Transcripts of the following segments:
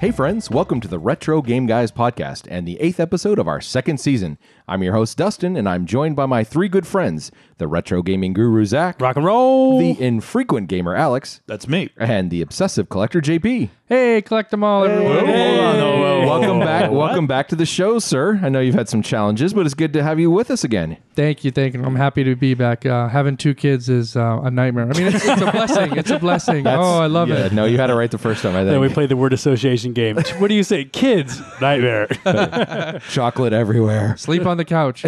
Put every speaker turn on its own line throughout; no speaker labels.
Hey, friends, welcome to the Retro Game Guys podcast and the eighth episode of our second season. I'm your host, Dustin, and I'm joined by my three good friends the retro gaming guru, Zach,
Rock and roll.
the infrequent gamer, Alex,
That's me.
and the obsessive collector, JP.
hey, collect them all, everyone.
Welcome back. Welcome back to the show, sir. I know you've had some challenges, but it's good to have you with us again.
Thank you, thank you. I'm happy to be back. Uh, having two kids is uh, a nightmare. I mean, it's, it's a blessing. It's a blessing. oh, I love
yeah,
it.
Uh, No, you had it right the first time, I
Then we
think.
play the word association game. what do you say? Kids. Nightmare.
Chocolate everywhere.
Sleep on the couch.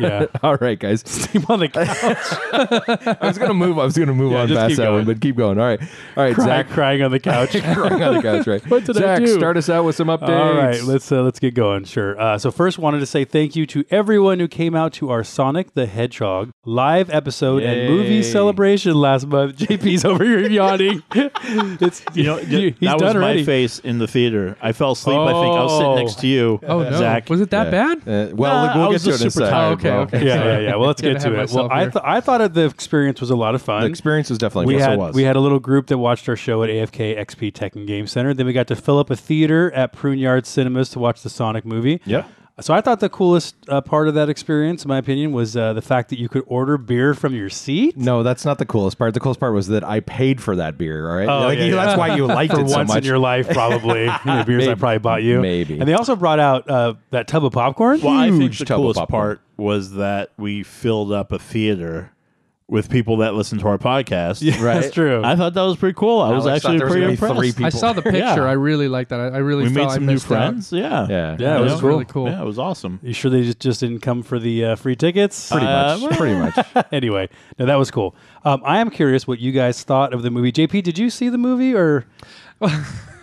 yeah.
All right, guys.
Sleep on the couch.
I was gonna move. I was gonna move
Yeah,
on
just
past
keep
that one,
going.
but keep going. All right, all right,
Cry-
Zach.
crying on the couch.
Crying on the couch, right?
What did I
Zach,
do?
start us out with some updates.
All right, let's uh, let's get going. Sure. Uh, so first, wanted to say thank you to everyone who came out to our Sonic the Hedgehog live episode
Yay.
and movie celebration last month. JP's over here yawning. it's
You know,
he's
that was
done
my
already.
face in the theater. I fell asleep. I think I was sitting
Oh.
next to you.
Oh no,
Zach.
was it that
Yeah.
bad?
Uh, well,
Nah,
we'll
I
get
was
to it
just
in a
super
second.
tired,
okay,
bro.
okay.
Yeah,
Sorry.
yeah, yeah. Well, let's
Gotta
get to
have
it. Well,
myself
I
here.
th- I thought the experience was a lot of fun.
The experience was definitely
we
yes,
had
it was.
we had a little group that watched our show at AFK XP Tech and Game Center. Then we got to fill up a theater at Prune Yard Cinemas to watch the Sonic movie.
Yep.
So I thought the coolest uh, part of that experience, in my opinion, was uh, the fact that you could order beer from your seat.
no, that's not the coolest part. The coolest part was that I paid for that beer. All right,
Oh,
Like,
yeah,
you-
yeah.
that's why you liked
For
it so
once
much.
in your life, probably You know, beers I
Maybe.
probably bought you.
Maybe.
And they also brought out uh, that tub of popcorn.
well, I think
huge
the
tub of
coolest
popcorn.
part was that we filled up a theater with people that listen to our podcast.
right.
That's true.
I thought that was pretty cool. I was
Alex thought
actually
there was
pretty
gonna be
impressed.
three people.
I saw the picture.
Yeah.
I really liked that. I, I really
we
felt
made
I
some new
missed out.
friends. Yeah.
yeah,
Yeah, it
You
was
know?
really cool.
Yeah, it was awesome.
you sure they just, just didn't come for the uh, free tickets? Uh,
pretty much, pretty much.
anyway, no, that was cool. Um, I am curious what you guys thought of the movie. JP, did you see the movie or?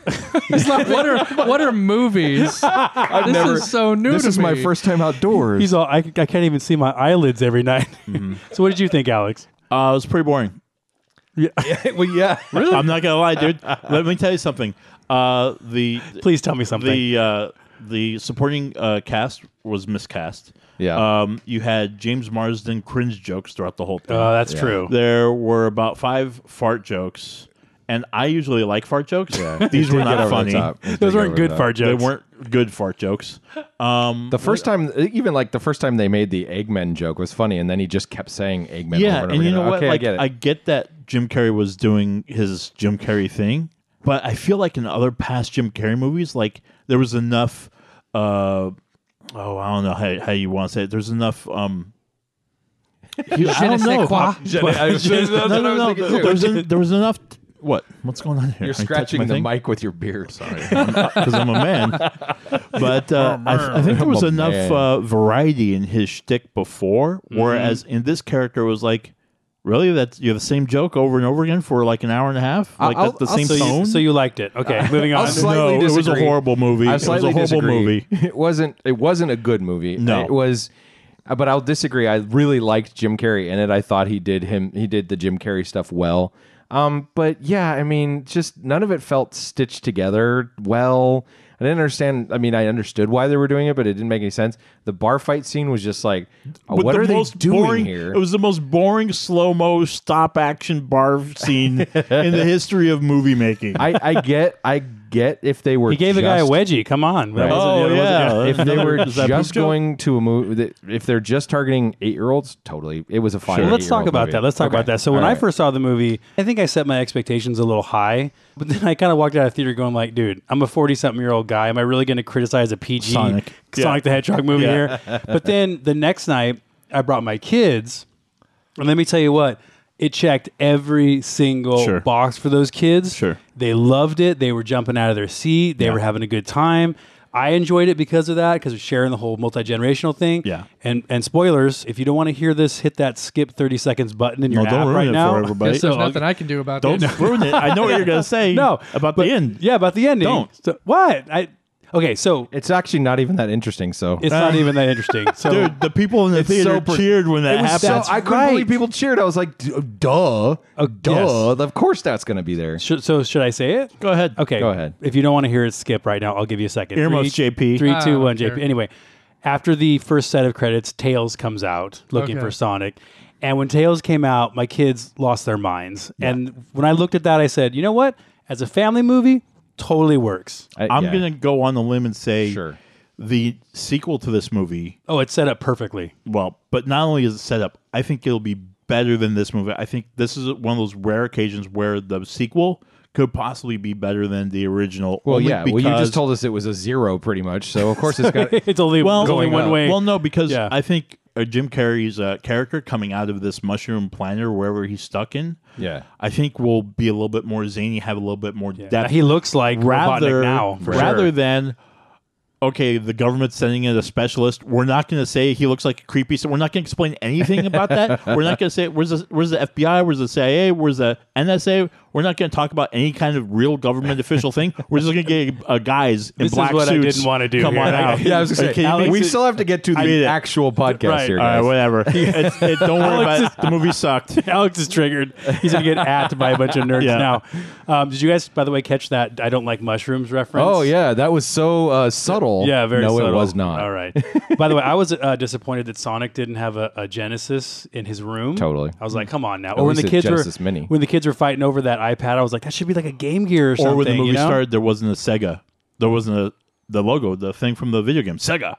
It's like, what are what are movies?
I've
this
never.
is so new
this
to
is
me.
my first time outdoors.
He's all I, I can't even see my eyelids every night.
Mm-hmm.
so what did you think, Alex?
Uh, it was pretty boring.
well, yeah.
Really? I'm not gonna lie, dude. Let me tell you something. Uh, the
Please tell me something.
the uh, the supporting uh, cast was miscast.
Yeah.
Um, you had James Marsden cringe jokes throughout the whole thing.
Oh, that's true.
there were about five fart jokes, and I usually like fart jokes. These were
Get over
not
the
funny.
top.
Those
Get
weren't
over
good
the top.
fart
They
jokes.
weren't good fart jokes. Um,
The first time, even like the first time they made the Eggman joke was funny, and then he just kept saying Eggman.
yeah,
over
and you
over
know
again.
what?
Okay,
like
I get it.
that Jim Carrey was doing his Jim Carrey thing, but I feel like in other past Jim Carrey movies, like there was enough. Uh, oh, I don't know how, how you want to say it. There's enough. Um,
Je ne sais quoi.
no, no, no. There was, en- there was enough. What? What's going on
You're
here? Are you touching
scratching
my
the
thing?
mic with your beard. Sorry.
because I'm a man. But uh, I, I think there was
I'm a
enough
man.
uh, variety in his shtick before, whereas
Mm-hmm.
in this character it was like, really, that's you have the same joke over and over again for like an hour and a half, like
I'll-
that's the
I'll
same
so,
tone.
you, so you liked it. Okay, moving on.
slight- slightly
no, it was a
disagree.
horrible movie.
I
It was a
slightly
horrible
disagree.
movie.
It wasn't. It wasn't a good movie.
No.
it was. uh, But I'll disagree. I really liked Jim Carrey in it. I thought he did him. He did the Jim Carrey stuff well. Um, but yeah, I mean, just none of it felt stitched together well. I didn't understand. I mean, I understood why they were doing it, but it didn't make any sense. The bar fight scene was just like, uh,
But
what
the
are they
most
doing
boring,
here?
It was the most boring slow mo stop action bar scene in the history of movie making.
I, I get, I get if they were.
he gave a guy a
just-
wedgie. Come on. That
Right.
wasn't-
Oh,
that wasn't-
yeah.
if they
Another-
were
is that poop
just
joke?
going to a movie, if they're just targeting eight year olds, totally, it was a fine.
Well, let's talk
eight-year-old
about
movie.
that. Let's talk
Okay.
about that. So when
All
I
right.
first saw the movie, I think I set my expectations a little high, but then I kind of walked out of theater going like, "Dude, I'm a 40 something year old guy. Am I really going to criticize a PG
Sonic.
Sonic the Hedgehog movie
Yeah.
here?" But then the next night, I brought my kids, and let me tell you what. It checked every single
Sure.
box for those kids.
Sure.
They loved it. They were jumping out of their seat. They were having a good time. I enjoyed it because of that, because of sharing the whole multi generational thing.
Yeah.
And and spoilers, if you don't want to hear this, hit that skip 30 seconds button in your
no, don't
app
ruin
right
it
now.
for everybody.
Guess there's nothing I can do about
don't
this.
ruin it. I know what you're gonna say.
No,
about
but-
the end.
Yeah, about the ending.
Don't.
So- what? I Okay, so
It's actually not even that interesting. So,
it's not even that interesting. So
Um, Dude, the people in the
so
theater
per-
cheered when that
It was
happened.
so- I couldn't
right.
believe people cheered. I was like, "D- uh,
Uh,
duh, duh.
yes.
Of course that's going to be there.
should, so should I say it?
Go ahead.
Okay.
Go ahead.
If you don't want to hear it, skip right now. I'll give you a second.
Earmuffs,
Three-
JP.
Three,
Ah,
two, one,
okay.
JP. Anyway, after the first set of credits, Tails comes out looking
Okay.
for Sonic. And when Tails came out, my kids lost their minds. And when I looked at that, I said, you know what? As a family movie, totally works.
I,
I'm
yeah.
gonna go on the limb and say
Sure.
the sequel to this movie.
Oh, it's set up perfectly.
Well, but not only is it set up, I think it'll be better than this movie. I think this is one of those rare occasions where the sequel could possibly be better than the original.
Well,
only
yeah. Well, you
because-
just told us it was a zero, pretty much. So of course it's got.
It's only
well,
going
going
one
up.
way.
Well, no, because
Yeah.
I think uh, Jim Carrey's uh, character coming out of this mushroom planet or wherever he's stuck in,
Yeah.
I think will be a little bit more zany, have a little bit more
Yeah,
depth.
he looks like
rather
Robotnik now. for
rather
sure.
than okay, the government's sending in a specialist. We're not going to say he looks like a creepy. So we're not going to explain anything about that. We're not going to say where's the where's the FBI, where's the CIA, where's the NSA. We're not going to talk about any kind of real government official thing. We're just going to get uh, guys in
This is
black
what I
suits.
didn't wanna do
Come
here.
on out.
Yeah, I was
Are you
gonna say
kidding me?
we still have to get to the
mean it.
actual podcast
Right.
here,
All right,
guys.
whatever. It's- it- don't worry about it. The movie sucked.
Alex is triggered. He's gonna get at by a bunch of nerds
Yeah.
now. Um, did you guys, by the way, catch that "I don't like mushrooms" reference?
Oh yeah, that was so uh, subtle.
yeah, very.
No, it
subtle.
was not.
All right. by the way, I was uh, disappointed that Sonic didn't have a, a Genesis in his room.
Totally.
I was like, come on now. Or when
least
the
a
kids
Genesis
were
Mini.
when the kids were fighting over that iPad, I was like, that should be like a Game Gear or something.
or when the movie
you know?
started, there wasn't a Sega. There wasn't a the logo, the thing from the video game, Sega.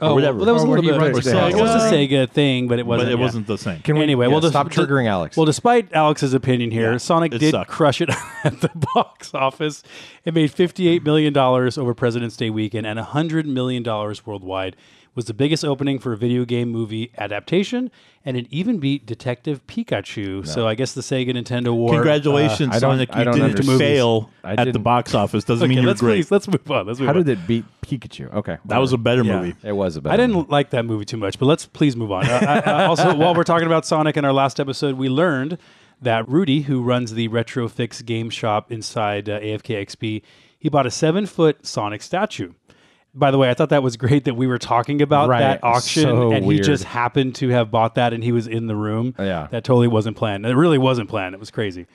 Oh,
whatever.
Well, that was a
Or
little
where
bit.
he
It was
runs
to the
a
house.
Sega thing, but it
um, But
wasn't.
it
yeah.
wasn't the same.
Can we
Anyway,
yeah,
well, the-
stop
the-
triggering Alex?
Well, despite Alex's opinion here, Sonic
it
did
sucked.
crush it at the box office. It made $58 million over President's Day weekend and $100 million worldwide. It was the biggest opening for a video game movie adaptation, and it even beat Detective Pikachu. So I guess the Sega Nintendo War. uh,
Congratulations,
I don't-
Sonic!
I
You
don't
didn't
understand.
fail
I
at the
didn't-
box office. Doesn't
okay,
mean you're
let's,
great.
please, let's move on. Let's move
how
on.
did it beat Pikachu? Okay,
that was a better
Yeah.
movie.
It was a bad.
I didn't like that movie too much, but let's please move on. Uh, uh, uh, also, while we're talking about Sonic in our last episode, we learned that Rudy, who runs the Retrofix game shop inside uh, AFKXP, he bought a seven foot Sonic statue. By the way, I thought that was great that we were talking about
Right.
that auction
So
and he
weird.
just happened to have bought that and he was in the room.
Yeah.
That totally wasn't planned. It really wasn't planned. It was crazy.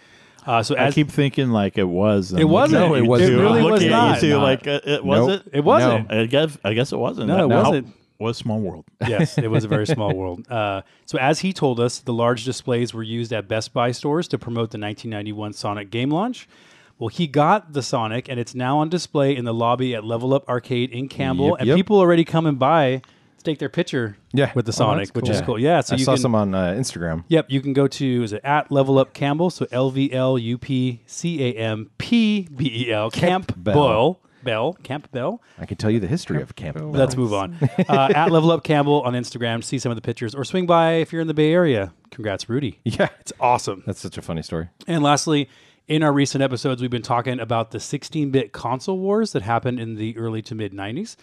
Uh, so
I
as,
keep thinking like it was. and
It
I'm looking
wasn't.
at
No, it
you
wasn't.
two,
It
I'm
really
looking
was
at you
not.
two,
Not.
like uh, it was
Nope.
it.
it wasn't.
I guess I guess it wasn't.
No, it
How-
wasn't.
Was Small World.
yes, it was a very small world. Uh, so, as he told us, the large displays were used at Best Buy stores to promote the 1991 Sonic game launch. Well, he got the Sonic, and it's now on display in the lobby at Level Up Arcade in Campbell,
Yep,
and
yep.
people already coming by to take their picture
Yeah.
with the
Oh,
Sonic,
that's
which
cool.
is cool. Yeah, so
I
you
saw
can.
some on uh, Instagram.
Yep, you can go to is it at Level Up Campbell? So L V L U P C A M P B E L Camp
Bell.
Bell Bell Camp Bell.
I can tell you the history of Camp. Bell.
Let's move on. Uh, at Level Up Campbell on Instagram, see some of the pictures, or swing by if you're in the Bay Area. Congrats, Rudy.
Yeah,
It's awesome.
that's such a funny story.
And lastly, in our recent episodes, we've been talking about the 16 bit console wars that happened in the early to mid 90s.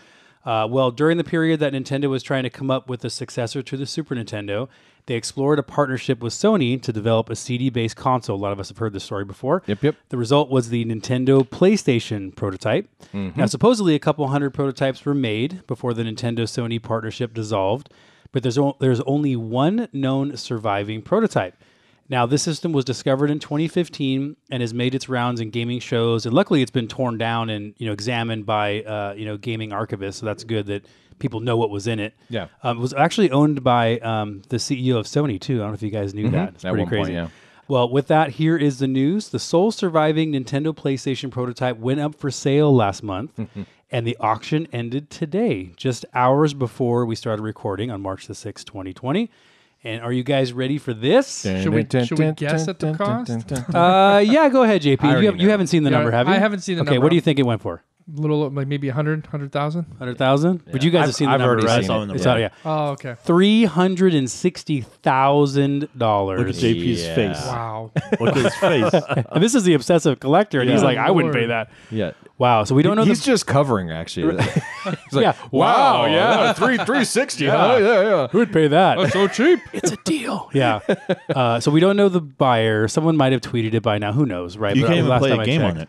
Uh, well, during the period that Nintendo was trying to come up with a successor to the Super Nintendo, they explored a partnership with Sony to develop a CD based console. A lot of us have heard this story before.
Yep, yep.
The result was the Nintendo PlayStation prototype.
Mm-hmm.
Now, supposedly, a couple hundred prototypes were made before the Nintendo Sony partnership dissolved, but there's, o- there's only one known surviving prototype. Now, this system was discovered in 2015 and has made its rounds in gaming shows. And luckily, it's been torn down and you know examined by uh, you know gaming archivists. So that's good that people know what was in it.
Yeah.
um, it was actually owned by um, the CEO of Sony too. I don't know if you guys knew that. It's
Mm-hmm. At
pretty
one point,
crazy.
yeah.
Well, with that, here is the news. The sole surviving Nintendo PlayStation prototype went up for sale last month, and the auction ended today, just hours before we started recording on March the 6th, 2020. And are you guys ready for this?
Should we- should we guess at the cost?
Uh, yeah, go ahead, JP.
already
You, have, you
know.
haven't seen the
Yeah,
number, have you?
I haven't seen the
okay,
number.
what do you think it went for?
little like maybe 100, 100,000?
100,000? But you guys
I've-
have seen the
I've
number,
already
right?
seen
I saw it. the
It's
number.
out, yeah.
Oh, okay.
$360,000.
Look at JP's
Yeah.
face.
Wow.
Look at his face.
And this is the obsessive collector, and he's
Yeah.
like, I wouldn't
Lord.
pay that.
Yeah.
Wow. So we don't know the
He's just covering, actually. He's like,
Yeah.
wow, yeah, three three sixty, huh? Yeah, yeah.
Who would pay that?
so cheap.
it's a deal. Yeah. Uh, so we don't know the buyer. Someone might have tweeted it by now. Who knows, right?
You
But
can't even
last
play
time
a
I
game
checked-
on it.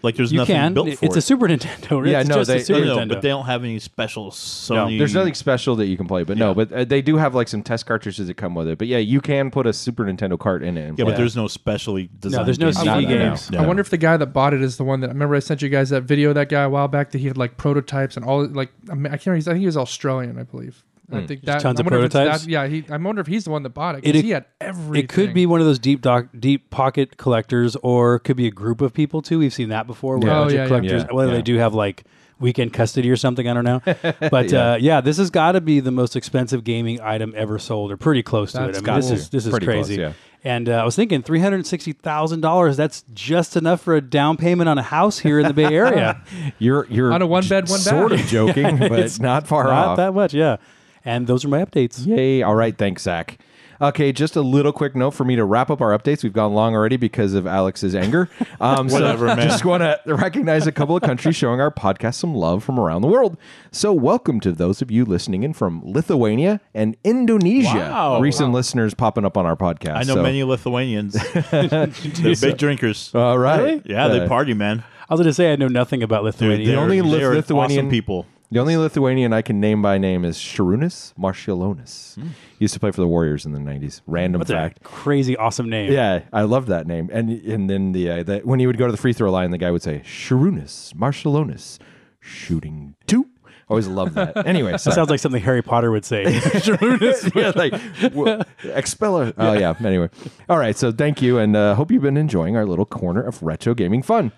Like there's
You
nothing
can.
built
It-
for
it's
it. Oh,
a Super Nintendo.
Yeah,
it's
no,
just a
they-
Super
No,
Nintendo.
no, but they don't have any special Sony.
There's nothing special that you can play, but no, but uh, they do have like some test cartridges that come with it. But yeah, you can put a Super Nintendo cart in it. And
Yeah,
play
but
it.
there's no specially designed.
there's no
games.
CD
Not- no,
games.
no.
I wonder if the guy that bought it is the one that I remember. I sent you guys that video of that guy a while back that he had like prototypes and all like I, mean, I can't. Remember, he's- I think he was Australian, I believe. I think that
Hmm. tons
I
of
wonder if it's
prototypes?
That, yeah, he, I wonder if he's the one that bought it. 'cause
It-
he had everything.
It could be one of those deep doc, deep pocket collectors, or it could be a group of people too. We've seen that before. Where
Yeah.
a
Oh,
bunch
yeah, yeah.
of collectors,
Yeah,
whether
yeah.
they do have like weekend custody or something, I don't know. But yeah. Uh, yeah, this has got to be the most expensive gaming item ever sold, or pretty close to it.
That's
I mean, this
cool.
is this is
Pretty close,
crazy.
yeah.
And uh, I was thinking, three hundred sixty thousand dollars. That's just enough for a down payment on a house here in the Bay Area.
You're you're
On a one bed, one
sort
bath.
of joking, but it's not far
Not
off.
that much, yeah. And those are my updates.
Yay. All right. Thanks, Zach. Okay, just a little quick note for me to wrap up our updates. We've gone long already because of Alex's anger. Um,
Whatever,
so
man.
Just want to recognize a couple of countries showing our podcast some love from around the world. So, welcome to those of you listening in from Lithuania and Indonesia.
Wow.
Recent listeners popping up on our podcast.
I know
so-
many Lithuanians. They're big drinkers.
All right.
yeah,
Uh,
they party, man.
I was going to say I know nothing about Lithuania.
Dude, they
only
are, they
Lith-
are
Lithuanian-
awesome people.
The only Lithuanian I can name by name is Sharunas Marcialonis.
Hmm.
Used to play for the Warriors in the 90s. Random
That's a
fact.
crazy, awesome name.
Yeah, I love that name. And and then the, uh, the when he would go to the free throw line, the guy would say Sharunas Marshallonis shooting two. I always loved that. Anyway,
That
so
sounds like something Harry Potter would say.
yeah, like w- expeller. Oh yeah. Anyway, all right. So thank you, and uh, hope you've been enjoying our little corner of retro gaming fun.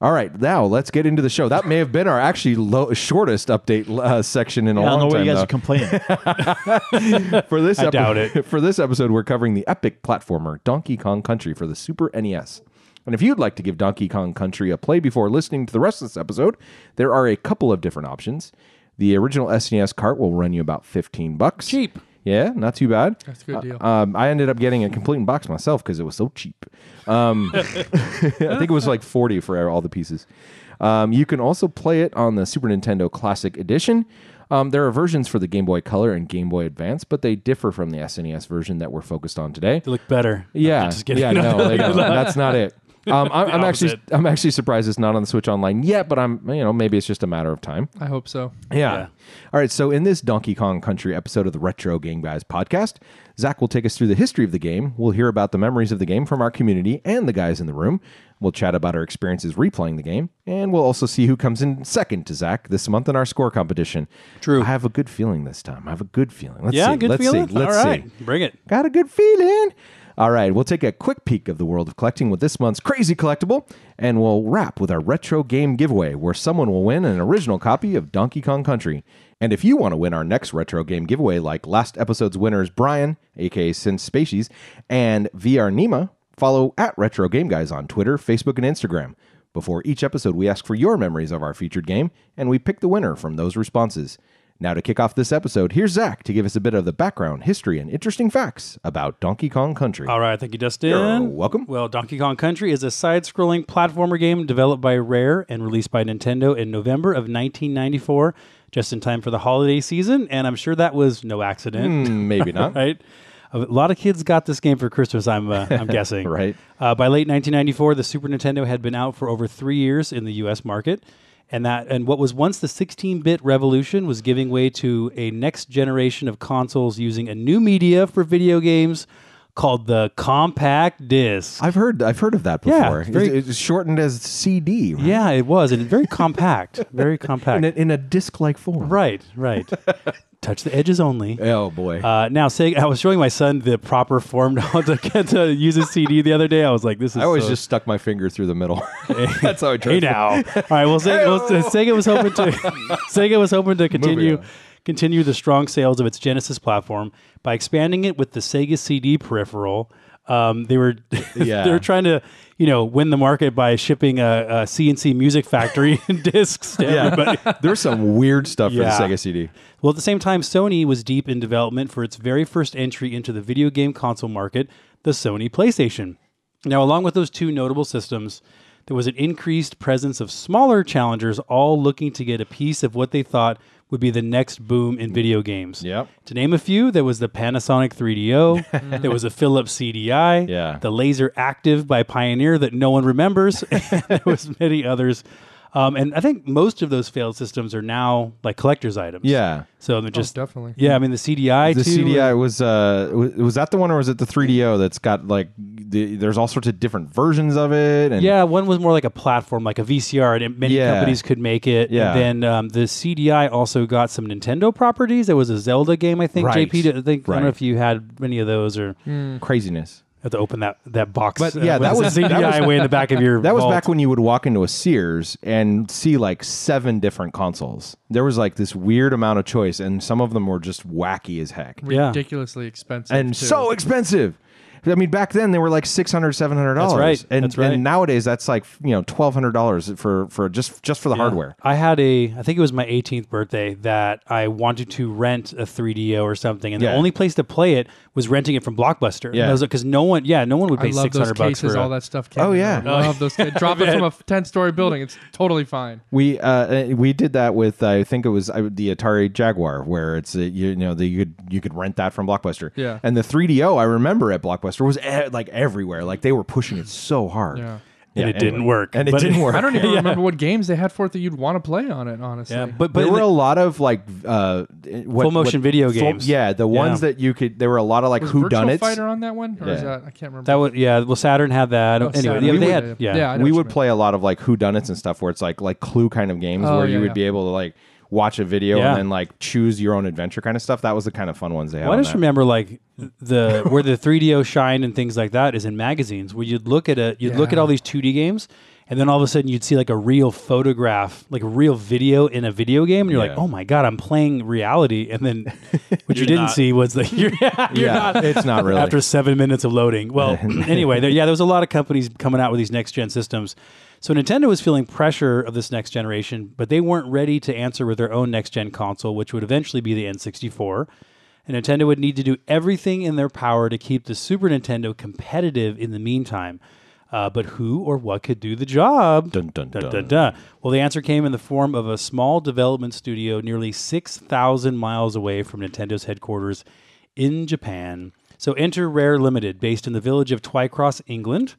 All right, now let's get into the show. That may have been our actually low, shortest update uh, section in a
I don't know
long
why
time.
you guys
though.
are complaining.
for this
I
epi-
doubt it.
For this episode, we're covering the epic platformer Donkey Kong Country for the Super NES. And if you'd like to give Donkey Kong Country a play before listening to the rest of this episode, there are a couple of different options. The original SNES cart will run you about 15 bucks.
Cheap.
Yeah, not too bad.
That's a good
Uh,
deal.
um, I ended up getting a complete in box myself because it was so cheap. Um, I think it was like 40 for all the pieces. Um, you can also play it on the Super Nintendo Classic Edition. Um, there are versions for the Game Boy Color and Game Boy Advance, but they differ from the SNES version that we're focused on today.
They look better.
Yeah,
just kidding.
yeah, no, they don't. that's not it. Um, I'm, I'm actually,
opposite.
I'm actually surprised it's not on the Switch Online yet, but I'm, you know, maybe it's just a matter of time.
I hope so.
Yeah.
Yeah.
All right. So, in this Donkey Kong Country episode of the Retro Game Guys podcast, Zach will take us through the history of the game. We'll hear about the memories of the game from our community and the guys in the room. We'll chat about our experiences replaying the game. And we'll also see who comes in second to Zach this month in our score competition.
True.
I have a good feeling this time. I have a good feeling. Let's
Yeah,
see.
good
Let's
feeling.
see. Let's
All
see.
right, bring it.
Got a good feeling. All right, we'll take a quick peek of the world of collecting with this month's crazy collectible, and we'll wrap with our retro game giveaway where someone will win an original copy of Donkey Kong Country. And if you want to win our next retro game giveaway, like last episode's winners Brian, aka Sin Species, and VR Nima, follow at Retro Game Guys on Twitter, Facebook, and Instagram. Before each episode, we ask for your memories of our featured game, and we pick the winner from those responses. Now, to kick off this episode, here's Zach to give us a bit of the background, history, and interesting facts about Donkey Kong Country.
All right, thank you, Dustin.
You're welcome.
Well, Donkey Kong Country is a side-scrolling platformer game developed by Rare and released by Nintendo in November of 1994, just in time for the holiday season. And I'm sure that was no accident,
Hmm, maybe not.
right? A lot of kids got this game for Christmas. I'm uh, I'm guessing.
Right.
Uh, by late 1994, the Super Nintendo had been out for over three years in the U.S. market, and that and what was once the 16-bit revolution was giving way to a next generation of consoles using a new media for video games called the compact disc.
I've heard I've heard of that
Yeah,
before.
it's very-
it's, it's shortened as CD, right?
yeah, it was, and very compact, very
in
compact.
a, in a disc-like form.
right, right. Touch the edges only.
Oh boy.
Uh, now, Sega, I was showing my son the proper form to, how to get to use a CD the other day. I was like, "This is."
I always
so-
just stuck my finger through the middle. That's how I tried.
Hey now. All right. Well, Sega, well, Sega was hoping to Sega was hoping to continue
on.
continue the strong sales of its Genesis platform by expanding it with the Sega CD peripheral. Um, they were
Yeah.
they were trying to you know win the market by shipping a, a CNC Music Factory discs to everybody.
There's some weird stuff
Yeah.
for the Sega CD.
Well, at the same time, Sony was deep in development for its very first entry into the video game console market, the Sony PlayStation. Now, along with those two notable systems, there was an increased presence of smaller challengers all looking to get a piece of what they thought would be the next boom in video games.
Yep.
To name a few, there was the Panasonic 3DO, there was a Philips CDI,
Yeah.
the Laser Active by Pioneer that no one remembers, and there was many others. Um, and I think most of those failed systems are now like collector's items.
Yeah.
So they're just
Oh, definitely.
Yeah, I mean the CDI
The
too.
CDI was uh w- was that the one or was it the 3DO that's got like the, there's all sorts of different versions of it. And
Yeah, one was more like a platform, like a VCR, and many
Yeah.
companies could make it.
Yeah.
And then um, the CDI also got some Nintendo properties. There was a Zelda game, I think.
Right.
JP, did- I think I don't
Right.
know if you had any of those or
Hmm.
craziness.
have to open that that box. Uh,
But, yeah,
with
that
the
was-
CDI
that was-
way in the back of your.
That was
vault.
back when you would walk into a Sears and see like seven different consoles. There was like this weird amount of choice, and some of them were just wacky as heck
Yeah.
ridiculously expensive
and
too.
so expensive. I mean, back then they were like six hundred, seven hundred dollars.
right.
And,
That's right.
and nowadays that's like you know twelve hundred dollars for for just just for the hardware.
I had a, I think it was my 18th birthday that I wanted to rent a 3DO or something, and
Yeah.
the only place to play it was renting it from Blockbuster.
Yeah.
because no one, yeah, no one would
I
pay
love
600
those
bucks
cases,
for
all
a,
that stuff. Came
Oh,
in.
yeah.
I love those. ca- Drop it from a ten-story building. It's totally fine.
We uh, uh, we did that with I think it was uh, the Atari Jaguar where it's uh, you, know the, you could you could rent that from Blockbuster.
Yeah.
And the 3DO I remember at Blockbuster was e- like everywhere. Like they were pushing it so hard.
Yeah.
Yeah,
and it didn't
anyway.
work.
And it
But
didn't work.
I don't even remember what games they had for it that you'd want to play on it. Honestly,
Yeah, but but
there
in
were
the-
a lot of like uh, what,
Full motion video
full-
games.
yeah, the
Yeah.
ones that you could. There were a lot of like
was
who
Virtual
done it.
Fighter on that one, or is
Yeah.
that I can't remember.
That was yeah. Well, Saturn had that.
Oh,
anyway,
Saturn.
yeah,
We
they
would-
had yeah.
yeah, I
we
know what you
would
mean.
play a lot of like whodunits and stuff where it's like like clue kind of games
Oh,
where you
yeah,
would
yeah.
be able to like watch a video
Yeah.
and then like choose your own adventure kind of stuff. That was the kind of fun ones they had.
Well, I
on
just
that.
remember like the where the 3DO shine and things like that is in magazines where you'd look at a you'd look at
Yeah.
all these 2D games and then all of a sudden you'd see like a real photograph, like a real video in a video game, and you're
Yeah.
like, oh my god, I'm playing reality. And then what you didn't
not.
see was that you're, you're
yeah,
not
it's not really
after seven minutes of loading. Well, anyway, there, yeah, there was a lot of companies coming out with these next gen systems. So Nintendo was feeling pressure of this next generation, but they weren't ready to answer with their own next gen console, which would eventually be the N64. And Nintendo would need to do everything in their power to keep the Super Nintendo competitive in the meantime. Uh, but who or what could do the job?
Dun, dun,
Dun,
dun.
dun, dun. Well, the answer came in the form of a small development studio nearly 6,000 miles away from Nintendo's headquarters in Japan. So enter Rare Limited, based in the village of Twycross, England.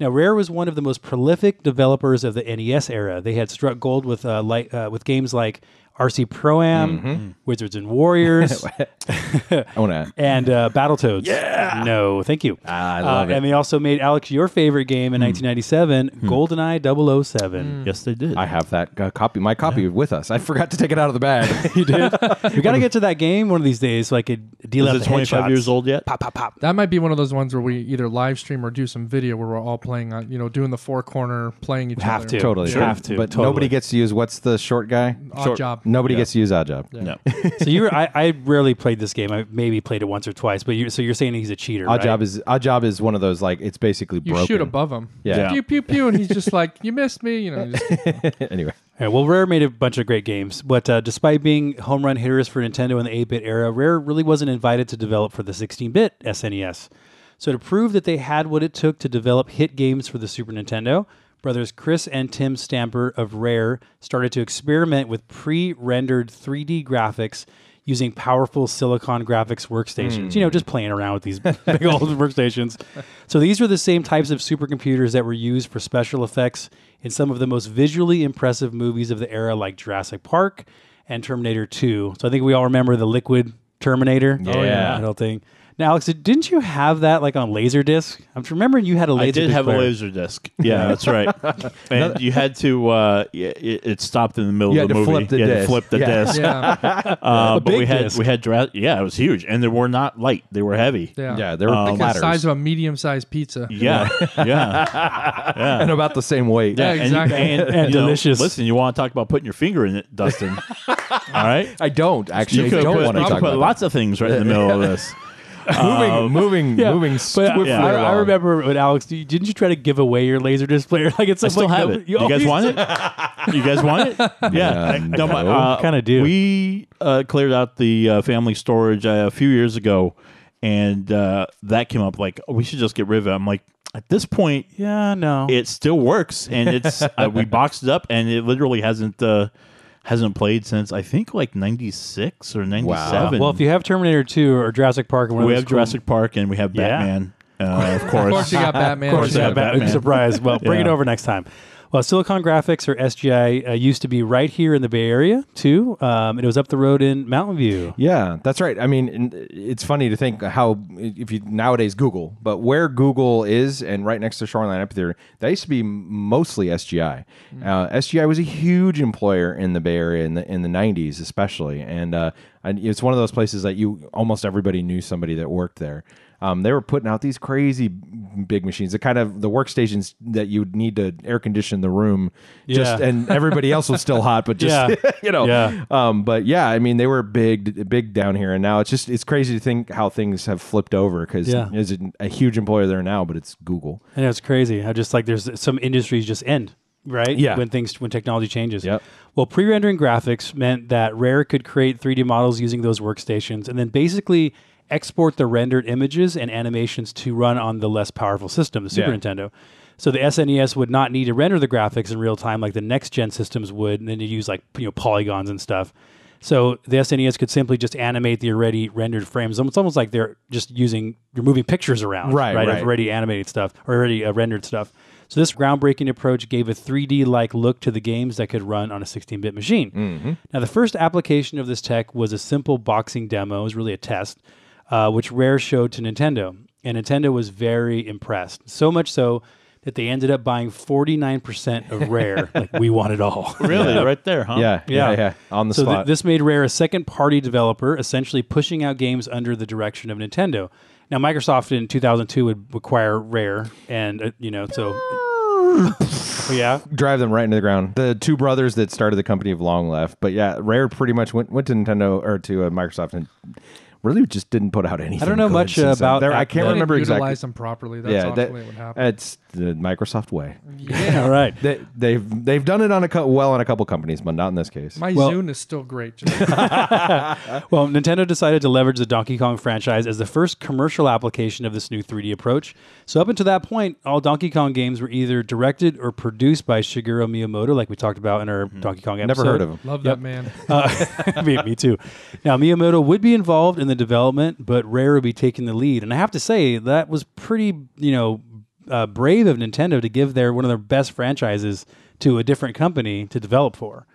Now, Rare was one of the most prolific developers of the NES era. They had struck gold with uh, li- uh, with games like RC Pro Am, Wizards and Warriors,
I want to.
and uh, Battletoads. Yeah. No, thank you.
Ah, I love
uh,
it.
And they also made Alex your favorite game in 1997, GoldenEye 007.
Yes, they did.
I have that uh, copy. My copy with us. I forgot to take it out of the bag.
you did. we got to get to that game one of these days, so I could deal out
Is it
the
25
headshots.
years old yet?
Pop, pop, pop.
That might be one of those ones where we either live stream or do some video where we're all playing on, you know, doing the four corner, playing each
Have
other.
to.
totally
Sure. Have to,
But
totally.
nobody gets to use what's the short guy?
Odd
Short-
job.
Nobody gets to use odd job.
No.
so you, were, I, I rarely played this game. I maybe played it once or twice. But you, so you're saying he's a cheater?
Odd
right?
job is odd job is one of those like it's basically
You
broken.
shoot above him.
Yeah.
Pew pew pew, and he's just like, "You missed me," you know. Just,
anyway.
All right, well, Rare made a bunch of great games, but uh, despite being home run hitters for Nintendo in the 8 bit era, Rare really wasn't invited to develop for the 16 bit SNES. E So, to prove that they had what it took to develop hit games for the Super Nintendo, brothers Chris and Tim Stamper of Rare started to experiment with pre rendered 3D graphics using powerful silicon graphics workstations. You know, just playing around with these big old workstations. So these were the same types of supercomputers that were used for special effects in some of the most visually impressive movies of the era, like Jurassic Park and Terminator 2. So I think we all remember the liquid Terminator.
Oh, yeah.
I don't think. Now, Alex, didn't you have that like on Laserdisc? I'm remembering you had a Laserdisc.
I did have
player.
a laser disc. Yeah, that's right. And you had to. Uh, y- it, it stopped in the middle
You
of the
had to
movie.
flip the
you had
disc.
to flip the
Yeah.
disc.
yeah,
Uh, but we
big
had
disc.
we had dra- yeah, it was huge, and they were not light; they were heavy.
yeah,
Yeah, there were
Um,
The
platters
size of a medium-sized pizza.
yeah, yeah.
and about the same weight.
Yeah,
And you-
exactly.
And,
And
you know,
delicious.
listen, you want to talk about putting your finger in it, Dustin? All right,
I don't actually.
you could
I don't
put,
want to
you could
talk
put
about
lots of things right in the middle of this.
that.
Um,
moving, moving, moving swiftly.
yeah.
I, I
along.
remember when Alex, you- didn't you try to give away your Laserdisc player? Like it's
I still have it. You guys want it? You guys want it? Yeah, I- I-
no.
my- uh,
Kinda do.
We uh, cleared out the uh, family storage uh, a few years ago, and uh, that came up like we should just get rid of it. I'm like, at this point,
Yeah, no.
it still works, and it's uh, we boxed it up, and it literally hasn't uh, hasn't played since I think like '96 or '97.
Uh, Well, if you have Terminator 2 or Jurassic Park, and one of
we
those
have
cool-
Jurassic Park and we have
Yeah.
Batman, uh, of course.
Of course, you got Batman.
course you
Yeah,
got
Yeah.
Batman.
Batman. Surprise. Well, bring it
Yeah.
over next time. Well, Silicon Graphics or SGI uh, used to be right here in the Bay Area too, um, and it was up the road in Mountain View.
Yeah, that's right. I mean, and it's funny to think how if you nowadays Google, but where Google is and right next to Shoreline Amphitheater, that used to be mostly SGI.
Mm.
Uh, SGI was a huge employer in the Bay Area in the in the '90s, especially, and uh, and it's one of those places that you almost everybody knew somebody that worked there. Um, they were putting out these crazy big machines, the kind of the workstations that you'd need to air condition the room, just
Yeah.
and everybody else was still hot, but just
Yeah.
you know,
Yeah.
um, but yeah, I mean, they were big, big down here, and now it's just it's crazy to think how things have flipped over because
Yeah.
is it a huge employer there now, but it's Google.
And it's crazy how just like there's some industries just end, right?
Yeah.
When things when technology changes.
Yep.
Well, pre-rendering graphics meant that Rare could create 3D models using those workstations and then basically export the rendered images and animations to run on the less powerful system, the Super
Yeah.
Nintendo. So the SNES would not need to render the graphics in real time like the next gen systems would, and then you use like you know polygons and stuff. So the SNES could simply just animate the already rendered frames. It's almost like they're just using you're moving pictures around,
Right,
Of
right.
already animated stuff or already uh, rendered stuff. So this groundbreaking approach gave a 3D-like look to the games that could run on a 16-bit machine. Now, the first application of this tech was a simple boxing demo. It was really a test, uh, which Rare showed to Nintendo, and Nintendo was very impressed. So much so that they ended up buying 49% of Rare. like we want it all.
Really, right there, huh?
Yeah, yeah, yeah,
Yeah.
on the
so th-
spot.
this made Rare a second party developer, essentially pushing out games under the direction of Nintendo. Now, Microsoft in 2002 would acquire Rare, and uh, you know, so yeah,
Drive them right into the ground. The two brothers that started the company have long left, but yeah, Rare pretty much went went to Nintendo or to uh, Microsoft and really just didn't put out anything.
I don't know
good
much
since then.
about
There, I
that,
can't
but-
remember exactly.
Utilize them properly. That's
Yeah,
ultimately
that,
what happened.
it's the Microsoft way.
all right.
They, they've they've done it on a cou- well on a couple companies, but not in this case.
My
well-
Zune is still great.
Well, Nintendo decided to leverage the Donkey Kong franchise as the first commercial application of this new 3D approach. So, up until that point, all Donkey Kong games were either directed or produced by Shigeru Miyamoto, like we talked about in our Donkey Kong episode.
Mm-hmm. Never heard of him.
Love that man.
Uh, me, me too. Now, Miyamoto would be involved in the development, but Rare would be taking the lead. And I have to say, that was pretty, you know, uh, brave of Nintendo to give their one of their best franchises to a different company to develop for.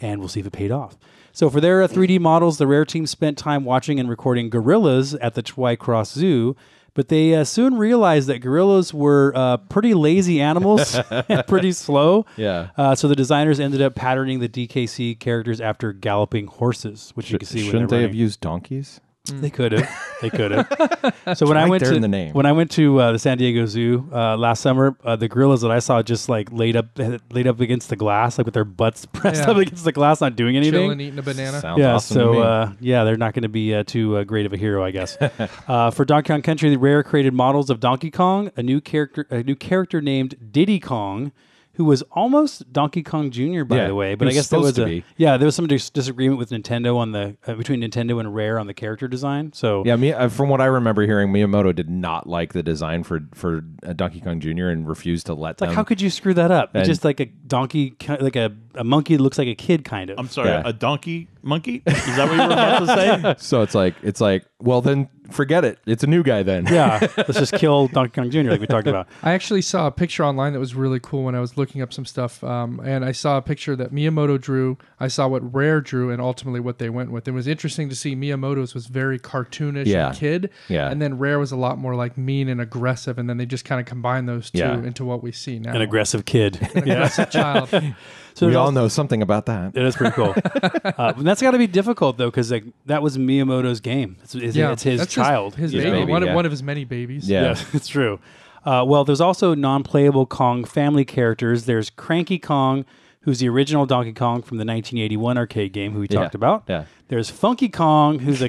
And we'll see if it paid off. So, for their uh, 3D models, the Rare team spent time watching and recording gorillas at the Twy Cross Zoo. But they uh, soon realized that gorillas were uh, pretty lazy animals, pretty slow.
Yeah.
Uh, so the designers ended up patterning the DKC characters after galloping horses, which you can see when
Shouldn't
they're
they
running.
have used donkeys?
They could have. They could have. So when I
right
went
there
to
in the name.
when I went to uh, the San Diego Zoo uh, last summer, uh, the gorillas that I saw just like laid up laid up against the glass, like with their butts pressed
Yeah.
up against the glass, not doing anything
Chilling, eating a banana.
Sounds
yeah,
awesome
so
to me.
Uh, yeah, they're not going to be uh, too uh, great of a hero, I guess. uh, for Donkey Kong Country, the Rare created models of Donkey Kong, a new character, a new character named Diddy Kong, who was almost Donkey Kong Jr. By
Yeah,
the way,
he
but I
was
guess there was
supposed to
a
be.
yeah, there was some dis- disagreement with Nintendo on the uh, between Nintendo and Rare on the character design. So
Yeah, me, uh, from what I remember hearing, Miyamoto did not like the design for for uh, Donkey Kong Jr. and refused to let them.
How could you screw that up? It's
Um, And-
just like a donkey, ki- like a, a monkey that looks like a kid, kind of.
I'm sorry,
Yeah.
a donkey monkey? Is that what you were about to say?
so it's like it's like well then forget it. It's a new guy then.
yeah, let's just kill Donkey Kong Jr. like we talked about.
I actually saw a picture online that was really cool when I was looking up some stuff, um, and I saw a picture that Miyamoto drew. I saw what Rare drew, and ultimately what they went with. It was interesting to see Miyamoto's was very cartoonish
Yeah.
and kid,
Yeah.
and then Rare was a lot more like mean and aggressive, and then they just kind of combined those two
Yeah.
into what we see now.
An aggressive kid. yeah.
aggressive child.
So
we
there's
all
also-
know something about that.
It is pretty cool. uh, but that's got to be difficult though, because like that was Miyamoto's game. It's, it's, it's his
that's
child.
his,
you
baby,
know?
baby,
one,
yeah.
of, one of his many babies.
Yeah.
Yes, it's true. Uh, well, there's also non-playable Kong family characters. There's Cranky Kong, who's the original Donkey Kong from the 1981 arcade game, who we
Yeah,
talked about.
yeah.
There's Funky Kong, who's a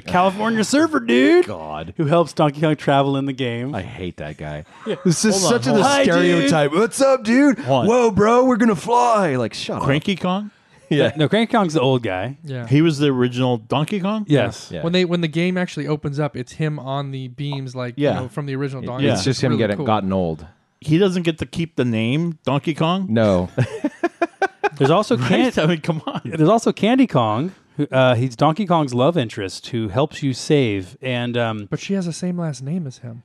California surfer dude
God,
who helps Donkey Kong travel in the game.
I hate that guy. This is
Hold on,
such a
hold on.
Hi, dude.
stereotype. What's up, dude?
Hold on.
Whoa, bro, we're gonna fly. Like shut up.
Cranky Kong?
Yeah.
no, Cranky Kong's the old guy.
Yeah.
He was the original Donkey Kong?
Yes.
Yeah.
When they when the game actually opens up, it's him on the beams, like
Yeah.
you know, from the original Donkey.
Yeah.
It's just him
really
getting
cool.
gotten old.
He doesn't get to keep the name Donkey Kong?
No,
There's also Can-
I mean, come on.
There's also Candy Kong. Who, uh, he's Donkey Kong's love interest who helps you save. And um,
But she has the same last name as him.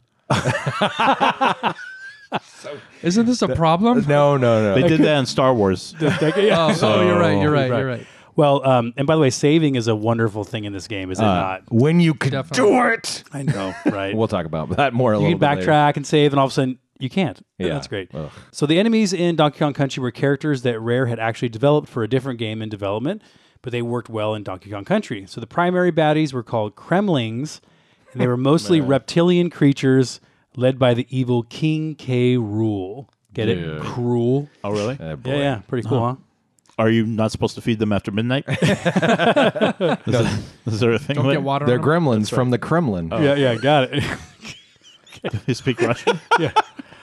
Isn't this a problem?
No, no,
They
no.
did that in Star Wars.
Oh, oh, you're right. You're right.
Right.
You're right.
Well, um, and by the way, saving is a wonderful thing in this game, is it not?
Uh, When you could
Definitely.
do it,
Uh, I know, right?
we'll talk about that more a
you
little
can
bit later.
backtrack and save, and all of a sudden you can't.
Yeah.
That's great.
Ugh.
So the enemies in Donkey Kong Country were characters that Rare had actually developed for a different game in development, but they worked well in Donkey Kong Country. So the primary baddies were called Kremlings, and they were mostly reptilian creatures led by the evil King K. Rule. Get
Yeah.
it? Cruel.
Oh, really?
Uh, boy.
Yeah, yeah, pretty cool, huh?
Are you not supposed to feed them after midnight? is, there- is there a thing?
Don't
where-
get water.
They're
on 'em.
gremlins from the Kremlin.
Yeah, yeah, got it.
They speak Russian.
so
You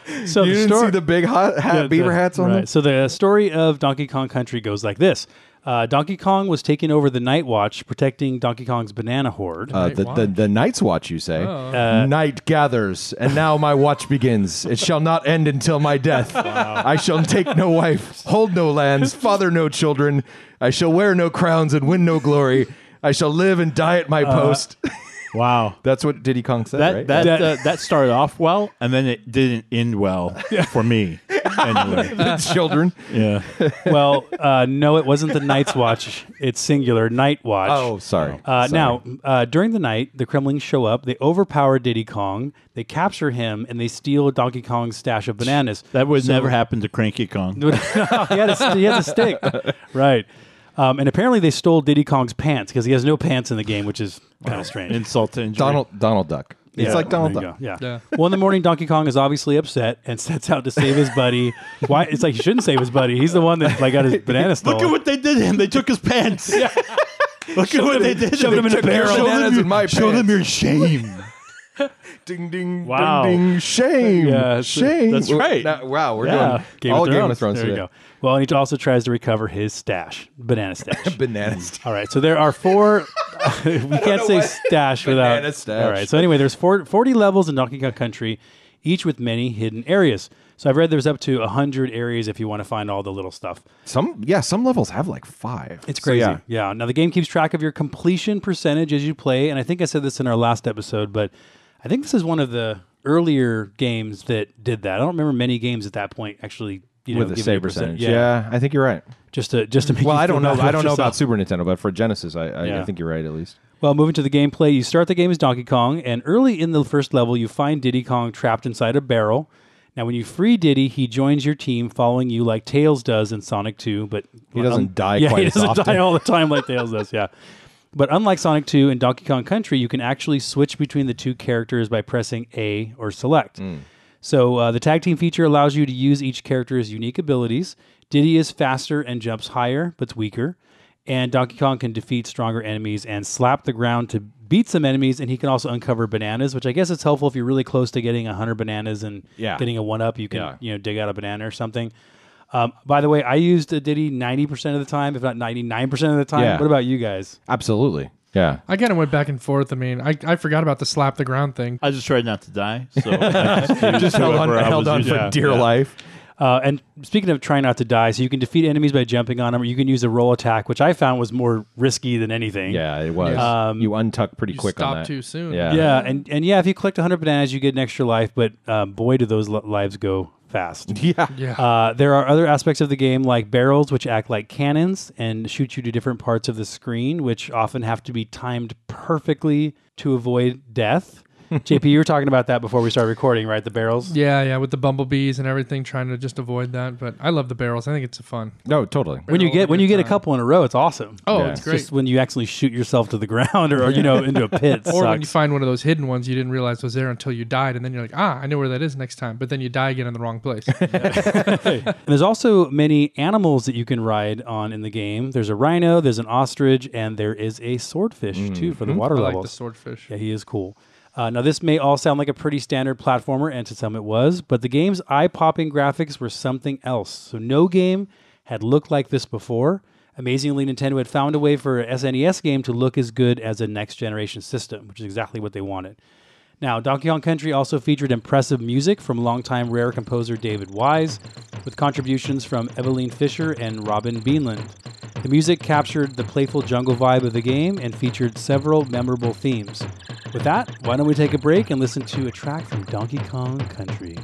the
didn't
story,
see the big hot hat,
Yeah,
beaver
the-
hats on
right.
them?
So the uh, story of Donkey Kong Country goes like this: uh, Donkey Kong was taking over the Night Watch, protecting Donkey Kong's banana horde.
Uh, the, the, the Night's Watch, you say.
Uh,
Night gathers, and now my watch begins. It shall not end until my death. I shall take no wife, hold no lands, father no children. I shall wear no crowns and win no glory. I shall live and die at my post.
wow.
That's what Diddy Kong said,
That
right?
that
Uh, That-
uh, that started off well, and then it didn't end well for me. Anyway,
The children.
yeah.
well, uh, no, it wasn't the Night's Watch. It's singular, Night Watch.
Oh, sorry.
Uh,
Sorry.
now, uh, during the night, the Kremlings show up. They overpower Diddy Kong. They capture him, and they steal Donkey Kong's stash of bananas. Oh,
That would never happen to Cranky Kong.
he, had a, he has a stick. Right. Um, and apparently, they stole Diddy Kong's pants because he has no pants in the game, which is kind of strange.
Insult to injury.
Donald Donald Duck. It's
Yeah,
like Donald
there you
Duck.
go. Yeah.
Yeah.
Well, in the morning, Donkey Kong is obviously upset and sets out to save his buddy. Why? It's like he shouldn't save his buddy. He's the one that like got his banana stolen.
Look at what they did to him. They took his pants. Look at what they did.
shoved
They
him in a
took their
barrel.
show them
Bananas
your-
in my
Show them
pants.
your shame.
Ding ding
Wow.
ding ding shame
that's-
shame.
that's
Well,
right.
now- wow, we're
yeah.
doing all Game of Thrones
There you
today.
go. Well, and he also tries to recover his stash, banana stash.
Bananas.
All right, so there are four. we can't say stash without.
Banana stash.
All right, so anyway, there's four, 40 levels in Donkey Kong Country, each with many hidden areas. So I've read there's up to 100 areas if you want to find all the little stuff.
Some yeah, some levels have like five.
It's
So,
crazy.
yeah.
yeah. Now the game keeps track of your completion percentage as you play, and I think I said this in our last episode, but I think this is one of the earlier games that did that. I don't remember many games at that point actually. You know,
With a
giving
save
you percent-
percentage. Yeah. I think you're right.
Just to just to make.
Well,
you
I
feel
don't know.
bad
I don't know
yourself.
about Super Nintendo, but for Genesis, I, I,
Yeah.
I think you're right at least.
Well, moving to the gameplay, you start the game as Donkey Kong, and early in the first level, you find Diddy Kong trapped inside a barrel. Now, when you free Diddy, he joins your team, following you like Tails does in Sonic 2, but um,
He doesn't die
yeah,
quite
he
as
doesn't
often.
die all the time like Tails does. Yeah, but unlike Sonic 2 and Donkey Kong Country, you can actually switch between the two characters by pressing A or select. So uh, the tag team feature allows you to use each character's unique abilities. Diddy is faster and jumps higher, but's weaker. And Donkey Kong can defeat stronger enemies and slap the ground to beat some enemies. And he can also uncover bananas, which I guess is helpful if you're really close to getting 100 bananas and
Yeah.
getting a one up. You can
Yeah.
you know dig out a banana or something. Um, by the way, I used a Diddy 90% of the time, if not 99% of the time.
Yeah.
What about you guys?
Absolutely. Yeah.
I kind of went back and forth. I mean, I, I forgot about the slap the ground thing.
I just tried not to die. So I just, just
Held on, held on for dear life.
Uh, and speaking of trying not to die, so you can defeat enemies by jumping on them, or you can use a roll attack, which I found was more risky than anything.
Yeah, it was.
Um,
you untuck pretty quick on
stop
that.
too soon.
Yeah.
Yeah, and, and yeah, if you collect 100 bananas, you get an extra life, but uh, boy, do those li- lives go fast.
Yeah.
Yeah.
Uh, there are other aspects of the game like barrels, which act like cannons and shoot you to different parts of the screen, which often have to be timed perfectly to avoid death. JP, you were talking about that before we started recording, right? The barrels.
yeah, yeah, with the bumblebees and everything, trying to just avoid that. But I love the barrels. I think it's fun.
No, totally.
When you
Barrel
get when
every
you get a
time.
couple in a row, it's awesome.
Oh,
Yeah.
it's
It's
great.
Just when you actually shoot yourself to the ground or, you know, into a pit.
or when you
sucks.
find one of those hidden ones you didn't realize was there until you died, and then you're like, ah, I know where that is next time. But then you die again in the wrong place.
And there's also many animals that you can ride on in the game. There's a rhino, there's an ostrich, and there is a swordfish too for the water
Mm-hmm. I like the
levels.
swordfish.
yeah, he is cool. Uh, now, this may all sound like a pretty standard platformer, and to some it was, but the game's eye popping graphics were something else. So, no game had looked like this before. Amazingly, Nintendo had found a way for a SNES game to look as good as a next generation system, which is exactly what they wanted. Now, Donkey Kong Country also featured impressive music from longtime Rare composer David Wise, with contributions from Eveline Fisher and Robin Beanland. The music captured the playful jungle vibe of the game and featured several memorable themes. With that, why don't we take a break and listen to a track from Donkey Kong Country?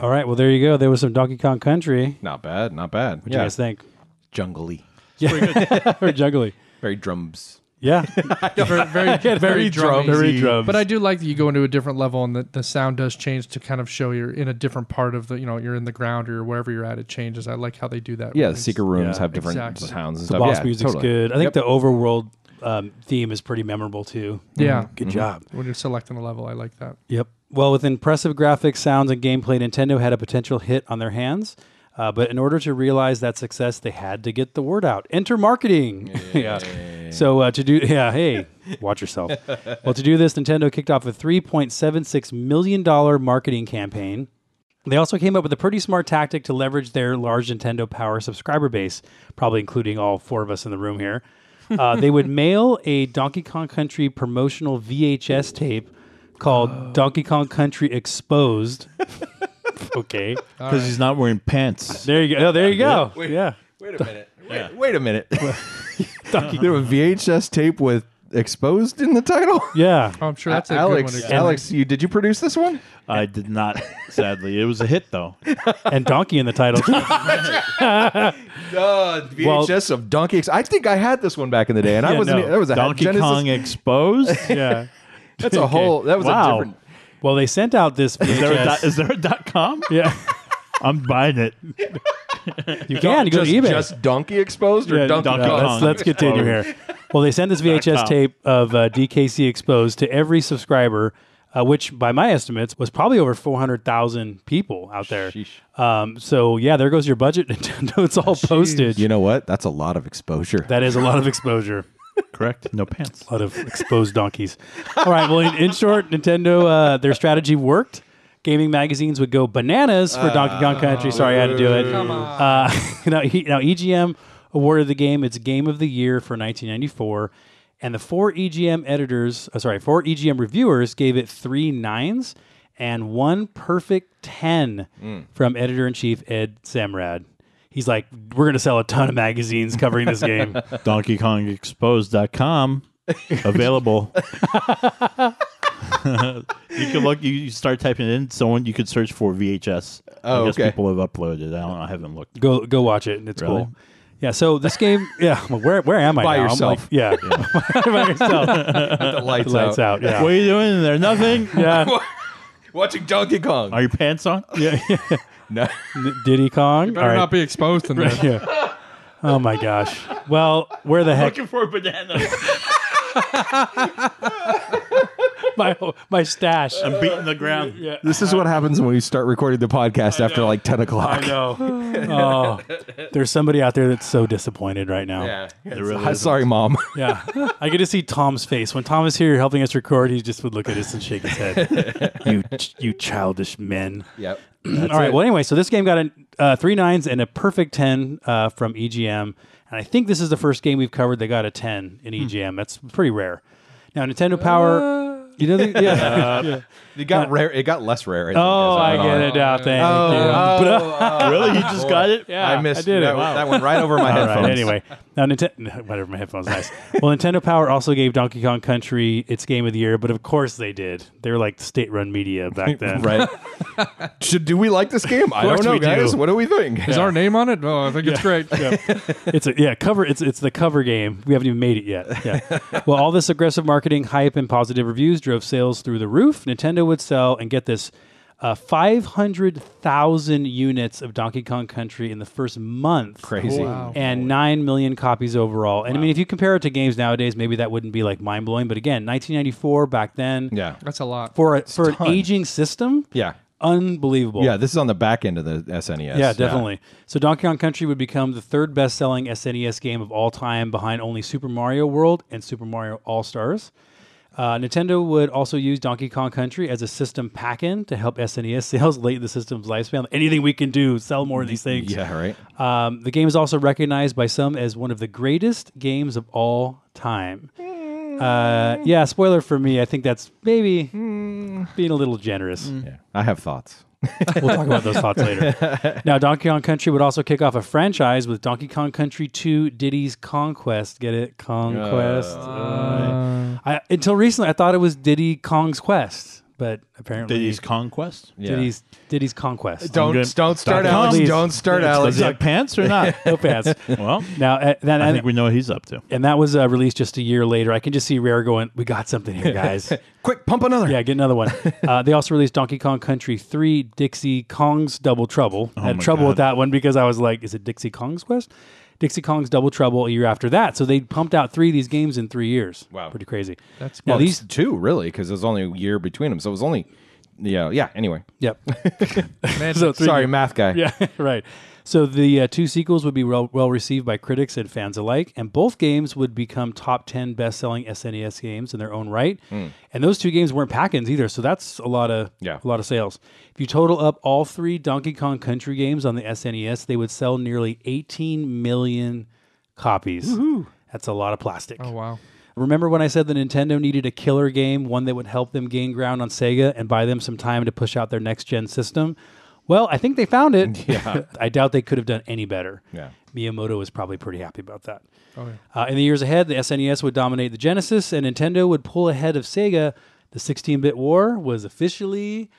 All right. Well, there you go. There was some Donkey Kong Country.
Not bad, not bad.
What do you guys think?
jungly,
Very juggly.
very drums.
Yeah.
very, very, very, drummy.
drumsy.
Very drums.
But I do like that you go into a different level and the, the sound does change to kind of show you're in a different part of the, you know, you're in the ground or wherever you're at. It changes. I like how they do that.
Yeah, the
It's-
secret rooms
Yeah,
have different
exactly.
sounds and
the
stuff.
boss
yeah,
music's
totally.
good. I think
Yep.
the overworld um, theme is pretty memorable too.
Yeah.
Good
Mm-hmm.
job.
When you're selecting a level, I like that.
Yep. Well, with impressive graphics, sounds, and gameplay, Nintendo had a potential hit on their hands. Uh, but in order to realize that success, they had to get the word out. Enter marketing. Yeah. So uh, to do, yeah, hey, watch yourself. well, to do this, Nintendo kicked off a 3.76 million dollar marketing campaign. They also came up with a pretty smart tactic to leverage their large Nintendo Power subscriber base, probably including all four of us in the room here. Uh, they would mail a Donkey Kong Country promotional VHS tape called Donkey Kong Country Exposed. okay.
because he's not wearing pants.
There you go. Oh, there you go. Yeah.
Wait a minute. Wait, wait a minute. there was VHS tape with exposed in the title.
Yeah.
Oh, I'm sure that's a
Alex,
good one. to-
Alex, you did you produce this one?
I did not. Sadly, it was a hit though.
And Donkey in the title.
Uh, VHS of Donkey. Ex- I think I had this one back in the day, and I
Yeah,
wasn't.
no.
There was a
Donkey
Genesis-
Kong exposed.
yeah.
That's a whole. Oh, That was a
Wow.
different.
Well, they sent out this
Is there, a dot,
VHS.
is there a dot com?
yeah.
I'm buying it.
You can. You go
just,
to eBay.
just Donkey exposed or
Yeah,
Donkey
Donkey
Kong?
Kong.
let's, let's continue here. Well, they sent this VHS
com.
tape of uh, DKC Exposed to every subscriber, uh, which, by my estimates, was probably over 400,000 people out there. Um, so, yeah, there goes your budget, Nintendo. It's all postage.
You know what? That's a lot of exposure.
That is a lot of exposure.
Correct. No pants.
A lot of exposed donkeys. All right. Well, in, in short, Nintendo, uh, their strategy worked. Gaming magazines would go bananas for Donkey Kong Country. Sorry, I had to do it.
Come
Uh, now, he, now, EGM awarded the game its Game of the Year for 1994, and the four EGM editors, uh, sorry, four EGM reviewers gave it three nines and one perfect 10 from editor in chief Ed Samrad. He's like, we're going to sell a ton of magazines covering this game.
Donkey Kong exposed.com available. you can look. You, you start typing it in. Someone you could search for VHS.
Oh,
I guess
okay.
people have uploaded. it. I don't. I haven't looked.
go go watch it. and It's
Really?
cool. Yeah. So this game. Yeah. well, Where where am I?
By
now? I'm
yourself.
like- yeah. By yourself.
the lights,
Lights
out.
out. Yeah.
What are you doing in there? Nothing.
Yeah.
Watching Donkey Kong.
Are your pants on? Yeah.
no.
Diddy Kong.
Better
All right.
not be exposed in there.
Yeah. Oh my gosh. Well, where the heck
Looking for a banana.
my my stash?
I'm beating the ground. Yeah.
This is what happens when we start recording the podcast after like ten o'clock.
know. Oh, there's somebody out there that's so disappointed right now.
really
Hi-
isn't.
sorry, mom.
Yeah. I get to see Tom's face when Tom is here helping us record. He just would look at us and shake his head. you you childish men.
yep.
All right. Well, anyway, so this game got a, uh, three nines and a perfect 10 uh, from EGM. And I think this is the first game we've covered that got a 10 in EGM. That's pretty rare. Now, Nintendo Power. you know, the, yeah.
It got rare. It got less rare. I think,
oh,
as
I
went
get
on.
it now. Thank
Oh,
you.
oh, oh,
Really? You just
boy.
got it?
Yeah,
I missed
I did
that,
it.
one-
Wow.
that one right over my
All
headphones.
right. Anyway, now Nintendo, whatever my headphones, nice. Well, Nintendo Power also gave Donkey Kong Country its game of the year, but of course they did. They were like state-run media back then,
right? Should, do we like this game? I don't
course
know,
we do.
guys. What do we think?
Is our name on it? Oh, I think it's great.
it's a yeah cover it's it's the cover game we haven't even made it yet yeah well all this aggressive marketing hype and positive reviews drove sales through the roof nintendo would sell and get this uh, 500,000 units of Donkey Kong Country in the first month.
Crazy.
Wow.
And 9 million copies overall. And I mean, if you compare it to games nowadays, maybe that wouldn't be like mind blowing. But again, 1994 back then.
Yeah.
That's a lot.
For, a, for an
ton.
aging system.
Yeah.
Unbelievable.
Yeah. This is on the back end of the E SNES.
Yeah, definitely. So Donkey Kong Country would become the third best-selling SNES game of all time, behind only Super Mario World and Super Mario All Stars. Uh, Nintendo would also use Donkey Kong Country as a system pack-in to help SNES sales late in the system's lifespan. Anything we can do, sell more of these things.
Yeah. Right.
Um, the game is also recognized by some as one of the greatest games of all time. Uh, yeah, spoiler for me. I think that's maybe being a little generous.
Yeah. I have thoughts.
We'll talk about those thoughts later. Now, Donkey Kong Country would also kick off a franchise with Donkey Kong Country 2 Diddy's Conquest. Get it? Conquest. Uh, I, until recently, I thought it was Diddy Kong's Quest. but apparently
Diddy's Conquest.
Yeah.
Diddy's Diddy's Conquest.
Don't
gonna-
don't start
Dot
Alex.
com.
Don't start Alex.
Does he have pants or not?
no pass.
well,
Now uh, that
I think we know what he's up to.
and that was uh, released just a year later. I can just see Rare going, "We got something here, guys."
Quick, pump another.
yeah, get another one. Uh, they also released Donkey Kong Country Three, Dixie Kong's Double Trouble. I had
my
trouble with
God.
that one because I was like, "Is it Dixie Kong's Quest?" Dixie Kong's Double Trouble a year after that. So they pumped out three of these games in three years.
Wow.
pretty crazy.
That's
now
Well,
these
these two really, because there's only a year between them, so it was only, yeah, yeah. Anyway,
Yep.
Man,
so three
sorry, math guy.
Yeah, right. So the uh, two sequels would be well, well received by critics and fans alike, and both games would become top 10 best selling SNES E games in their own right. And those two games weren't pack ins either, so that's a lot of
Yeah.
a lot of sales. If you total up all three Donkey Kong Country games on the SNES, they would sell nearly 18 million copies. That's a lot of plastic.
Oh wow.
Remember when I said the Nintendo needed a killer game, one that would help them gain ground on Sega and buy them some time to push out their next gen system? Well, I think they found it. Yeah. I doubt they could have done any better.
Yeah.
Miyamoto was probably pretty happy about that.
Oh yeah.
Uh, in the years ahead, the SNES would dominate the Genesis, and Nintendo would pull ahead of Sega. The 16 bit war was officially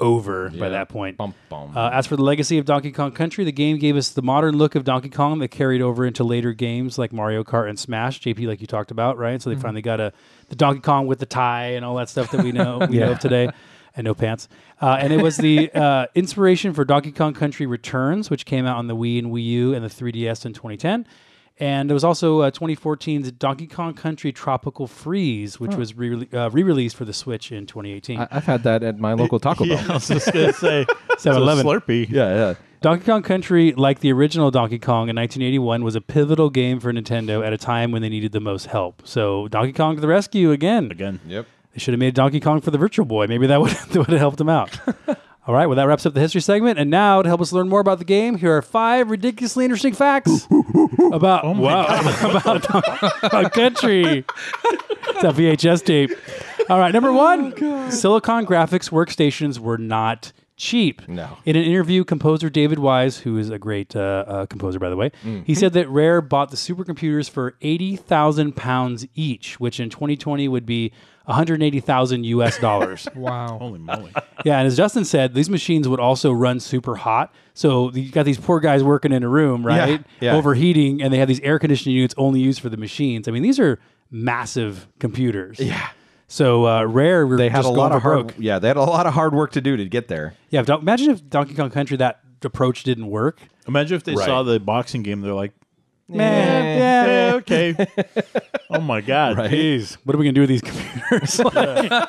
over by that point.
Bum, bum.
Uh, as for the legacy of Donkey Kong Country, the game gave us the modern look of Donkey Kong that carried over into later games like Mario Kart and Smash. JP, like you talked about, right? So they finally got a the Donkey Kong with the tie and all that stuff that we know we know of today, and no pants. Uh, and it was the uh, inspiration for Donkey Kong Country Returns, which came out on the Wii and Wii U and the 3DS in 2010. And there was also uh, 2014's Donkey Kong Country Tropical Freeze, which was re uh, released for the Switch in 2018.
I, I've had that at my local Taco Bell.
Yeah, I was just gonna say
7-Eleven.
it's a Slurpee.
Yeah, yeah.
Donkey Kong Country, like the original Donkey Kong in 1981, was a pivotal game for Nintendo at a time when they needed the most help. So Donkey Kong to the rescue again.
Again,
Yep.
They should have made Donkey Kong for the Virtual Boy. Maybe that would, that would have helped them out. All right, well, that wraps up the history segment. And now, to help us learn more about the game, here are five ridiculously interesting facts about, wow, about Donkey Kong Country. It's a VHS tape. All right, number one, Silicon Graphics workstations were not cheap.
No.
In an interview, composer David Wise, who is a great uh, uh, composer, by the way, he said that Rare bought the supercomputers for 80,000 pounds each, which in 2020 would be 180,000 US dollars.
Wow.
holy moly!
yeah, and as Justin said, these machines would also run super hot. So you got these poor guys working in a room, right?
yeah.
Overheating, and they have these air conditioning units only used for the machines. I mean, these are massive computers. Yeah. So uh, Rare, we
They had
just
a lot
going
of
for
hard.
broke.
Yeah, they had a lot of hard work to do to get there.
Yeah, if Don- imagine if Donkey Kong Country that approach didn't work.
Imagine if they saw the boxing game. They're like,
Man,
eh, okay. oh my god!
Jeez, what are we gonna do with these computers? Like-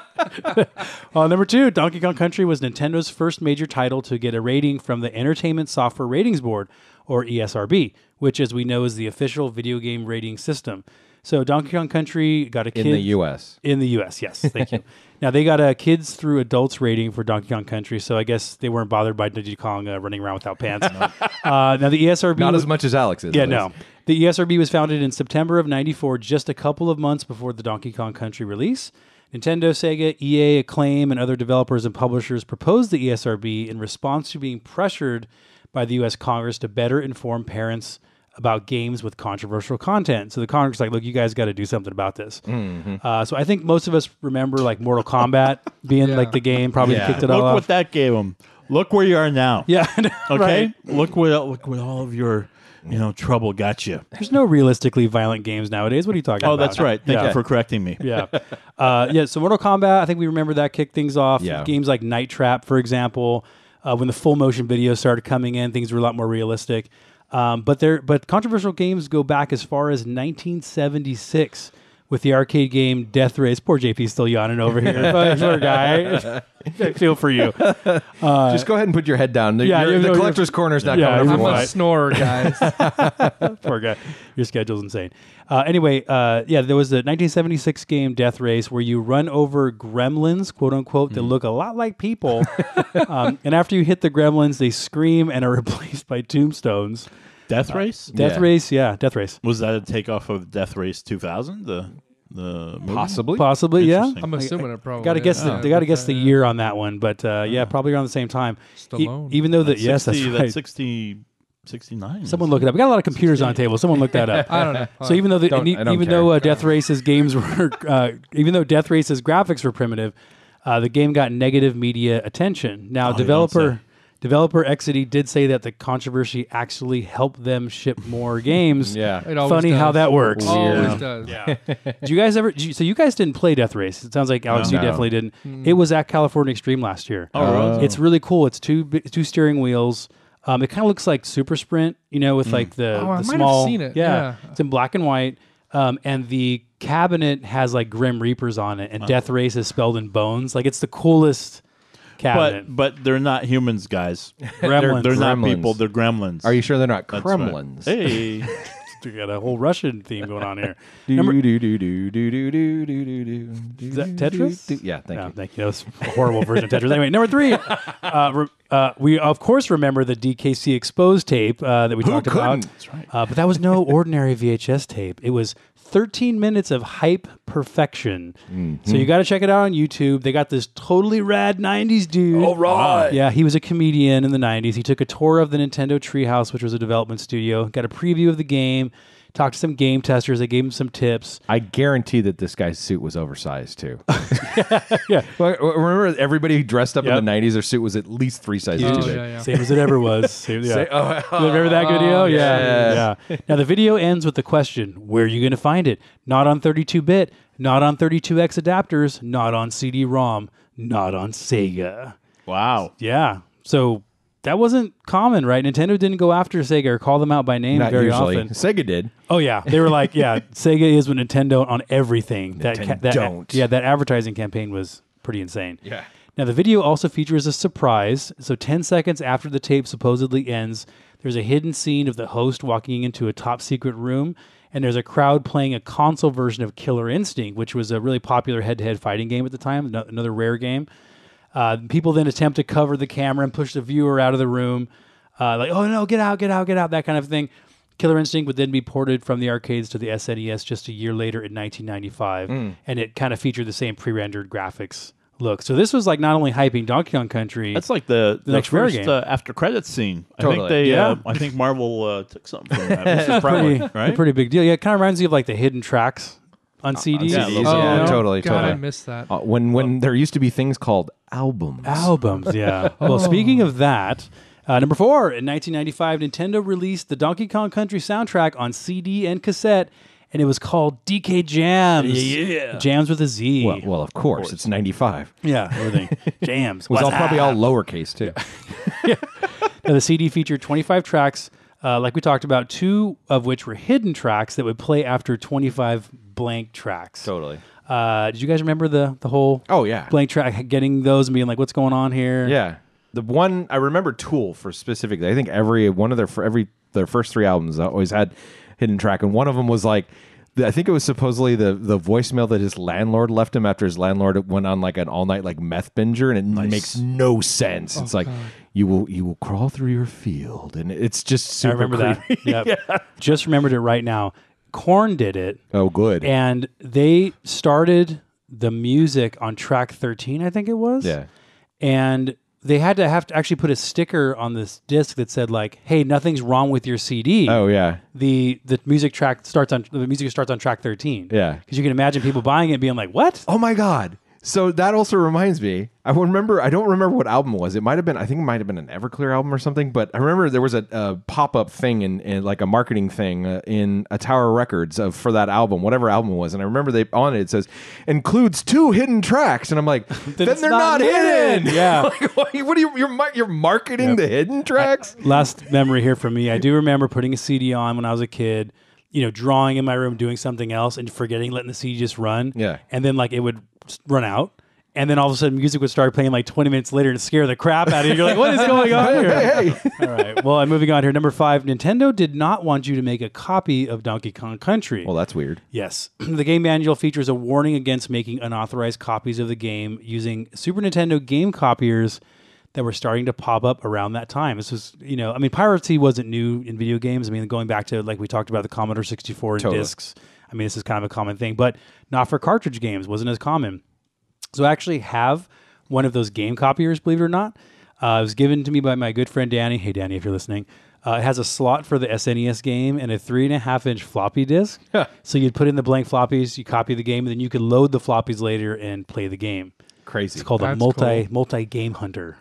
uh, number two, Donkey Kong Country was Nintendo's first major title to get a rating from the Entertainment Software Ratings Board, or E ESRB, which, as we know, is the official video game rating system. So Donkey Kong Country got a
In
kid
the U.S.
In the U.S., yes, thank you. Now they got a kids through adults rating for Donkey Kong Country, so I guess they weren't bothered by Diddy Kong uh, running around without pants. uh, now the ESRB
Not
was-
as much as Alex is.
yeah,
but
no. The E ESRB was founded in September of 94, just a couple of months before the Donkey Kong Country release. Nintendo, Sega, EA, Acclaim, and other developers and publishers proposed the E ESRB in response to being pressured by the US Congress to better inform parents about games with controversial content. So the Congress is like, look, you guys got to do something about this.
Mm-hmm.
Uh, so I think most of us remember like Mortal Kombat being
Yeah.
like the game probably that
Yeah.
kicked it all
Look what
off.
that gave them. Look where you are now.
yeah.
Okay.
right.
Look what look what all of your you know trouble got you.
There's no realistically violent games nowadays. What are you talking
Oh,
about?
that's right. Thank
Yeah.
you for correcting me.
yeah. Uh, yeah. So Mortal Kombat, I think we remember that kicked things off.
Yeah.
Games like Night Trap, for example, uh, when the full motion video started coming in, things were a lot more realistic. Um, but there, but controversial games go back as far as 1976 with the arcade game Death Race. Poor JP's still yawning over here. but poor guy. I feel for you.
Just go ahead and put your head down. The,
yeah,
your-
you know,
the collector's corner's not
yeah,
coming over
you
I'm
the
know,
a
line.
snorer, guys.
Poor guy. Your schedule's insane. Uh, anyway, uh, yeah, there was the 1976 game Death Race where you run over gremlins, quote unquote, that look a lot like people. um, and after you hit the gremlins, they scream and are replaced by tombstones.
Death
Uh,
Race
Death
Yeah.
Race, yeah, Death Race.
was that a takeoff of Death Race 2000? The the movie?
Possibly.
Possibly, yeah.
Interesting.
I'm assuming it probably.
Got to guess.
is.
The,
Yeah.
they got to guess the year on that one, but uh, yeah, probably around the same time. E-
Stallone.
even though the yes,
60,
that's right.
60 69.
Someone look it up. We got a lot of computers on the table. Someone look that up.
I don't know.
So even though the,
Don't-
and e-
I don't
even
care.
though uh, Death Race's games were uh, even though Death Race's graphics were primitive, Uh, the game got negative media attention.
Oh,
Now, developer developer Exidy did say that the controversy actually helped them ship more games.
Yeah.
It always
funny how
does.
that works.
Always
Yeah.
does.
Do you guys ever? did you- so you guys didn't play Death Race. It sounds like Alex, you
No.
definitely didn't.
Mm.
It was at California Extreme last year.
Oh, really?
It's really cool. It's two bi- two steering wheels. Um, it kind of looks like Super Sprint, you know, with
Mm.
like the,
Oh, I
the
might have
small.
seen it.
Yeah,
Yeah.
it's in black and white. Um, and the cabinet has like Grim Reapers on it, and Death Race is spelled in bones. Like it's the coolest cabinet.
But but they're not humans, guys.
Gremlins.
They're not
Gremlins.
people. They're gremlins.
Are you sure they're not
That's right.
Kremlins?
Hey,
We got a whole Russian theme going on here.
Do,
Number-
do, do, do, do, do, do, do, do, do,
Is that
do,
Tetris?
do, do. Yeah, thank
No,
you.
That was a horrible version of Tetris. Anyway, number three, uh, re- uh, we of course remember the DKC exposed tape uh, that we talked about.
couldn't? That's
right. Uh, but that was no ordinary VHS tape. It was 13 minutes of hype perfection.
Mm-hmm.
So you got to check it out on YouTube. They got this totally rad 90s dude. All right. Yeah, he was a comedian in the 90s. He took a tour of the Nintendo Treehouse, which was a development studio, got a preview of the game, talked to some game testers. They gave him some tips.
I guarantee that this guy's suit was oversized too. yeah. Remember, everybody dressed up
Yep.
in the '90s. Their suit was at least three sizes
Oh,
too big.
yeah, yeah.
Same as it ever was. Same, yeah. You remember that video?
Oh,
yeah. Yeah. Now the video ends with the question, where are you going to find it? Not on 32-bit, not on 32X adapters, not on CD-ROM, not on Sega.
wow.
Yeah. So that wasn't common, right? Nintendo didn't go after Sega or call them out by name
Not
very
usually.
often.
Sega did.
Oh yeah, they were like, yeah, Sega is with Nintendo on everything. That, ca- that
Nintendo.
yeah, that advertising campaign was pretty insane.
Yeah.
Now the video also features a surprise. So 10 seconds after the tape supposedly ends, there's a hidden scene of the host walking into a top secret room and there's a crowd playing a console version of Killer Instinct, which was a really popular head-to-head fighting game at the time, ano- another rare game. Uh, people then attempt to cover the camera and push the viewer out of the room, uh, like, oh no, get out, get out, get out, that kind of thing. Killer Instinct would then be ported from the arcades to the SNES just a year later in 1995, and it kind of featured the same pre rendered graphics look. So this was like not only hyping Donkey Kong Country,
That's like the, the,
next rare
first
game.
uh, after credits scene. I
Totally.
think they.
Yeah.
Uh, I think Marvel uh, took something from that.
a pretty, a
right?
pretty big deal. Yeah, it kind of reminds you of like the hidden tracks on
CDs,
CDs. you
yeah.
know?
Oh, totally,
God, I
totally.
missed that.
Uh, when when there used to be things called albums.
Albums, Oh. yeah. Well, speaking of that, uh, number four, in 1995, Nintendo released the Donkey Kong Country soundtrack on CD and cassette, and it was called DK Jams. Yeah. Jams with a Z.
Well, well, of course, it's '95. It
yeah, everything. Jams.
was
What's
all probably
up?
all lowercase too.
Now, the CD featured 25 tracks, uh, like we talked about, two of which were hidden tracks that would play after 25 blank tracks.
Totally.
Uh, did you guys remember the the whole
Oh, yeah.
blank track getting those and being like what's going on here
Yeah. The one I remember Tool for specifically. I think every one of their for every their first three albums I always had hidden track, and one of them was like. the- I think it was supposedly the the voicemail that his landlord left him after his landlord went on like an all night like meth binger, and it makes no sense.
Oh,
it's like you will you will crawl through your field, and it's just
I
super.
remember that
creepy.
yep. just remembered it right now corn did it
Oh, good.
and they started the music on track 13 i think it was
yeah.
and they had to have to actually put a sticker on this disc that said like hey nothing's wrong with your cd
Oh, yeah.
the the music track starts on the music starts on track 13
Yeah.
because you can imagine people buying it and being like what
Oh my god. So that also reminds me. I remember. I don't remember what album it was. It might have been. I think it might have been an Everclear album or something. But I remember there was a, a pop up thing in, in like a marketing thing uh, in a Tower Records of for that album, whatever album it was. And I remember they on it, it says includes two hidden tracks. And I'm like, then,
it's
they're not,
not
hidden.
hidden. Yeah.
like, what, what are you? You're, mar- you're marketing the hidden tracks.
last memory here from me. I do remember putting a CD on when I was a kid, you know, drawing in my room, doing something else, and forgetting letting the CD just run.
Yeah.
And then like it would s- run out. And then all of a sudden, music would start playing like 20 minutes later and scare the crap out of you. You're like, what is going on here?
Hey, hey.
All right. Well, I'm moving on here. Number five Nintendo did not want you to make a copy of Donkey Kong Country.
well, that's weird.
Yes. the game manual features a warning against making unauthorized copies of the game using Super Nintendo game copiers that were starting to pop up around that time. This was, you know, I mean, piracy wasn't new in video games. I mean, going back to, like, we talked about the Commodore 64 and
Totally.
discs. I mean, this is kind of a common thing, but not for cartridge games, wasn't as common. So I actually have one of those game copiers, believe it or not. Uh, it was given to me by my good friend Danny. Hey, Danny, if you're listening. Uh, it has a slot for the SNES game and a three and a half inch floppy disk. so you'd put in the blank floppies, you copy the game, and then you could load the floppies later and play the game.
Crazy.
It's called a
That's
multi multi game hunter.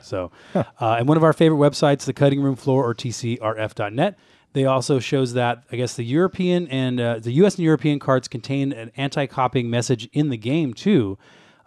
so, uh, and one of our favorite websites, the Cutting Room Floor or TCRF.net. They also shows that I guess the European and uh, the U.S. and European cards contain an anti-copying message in the game too,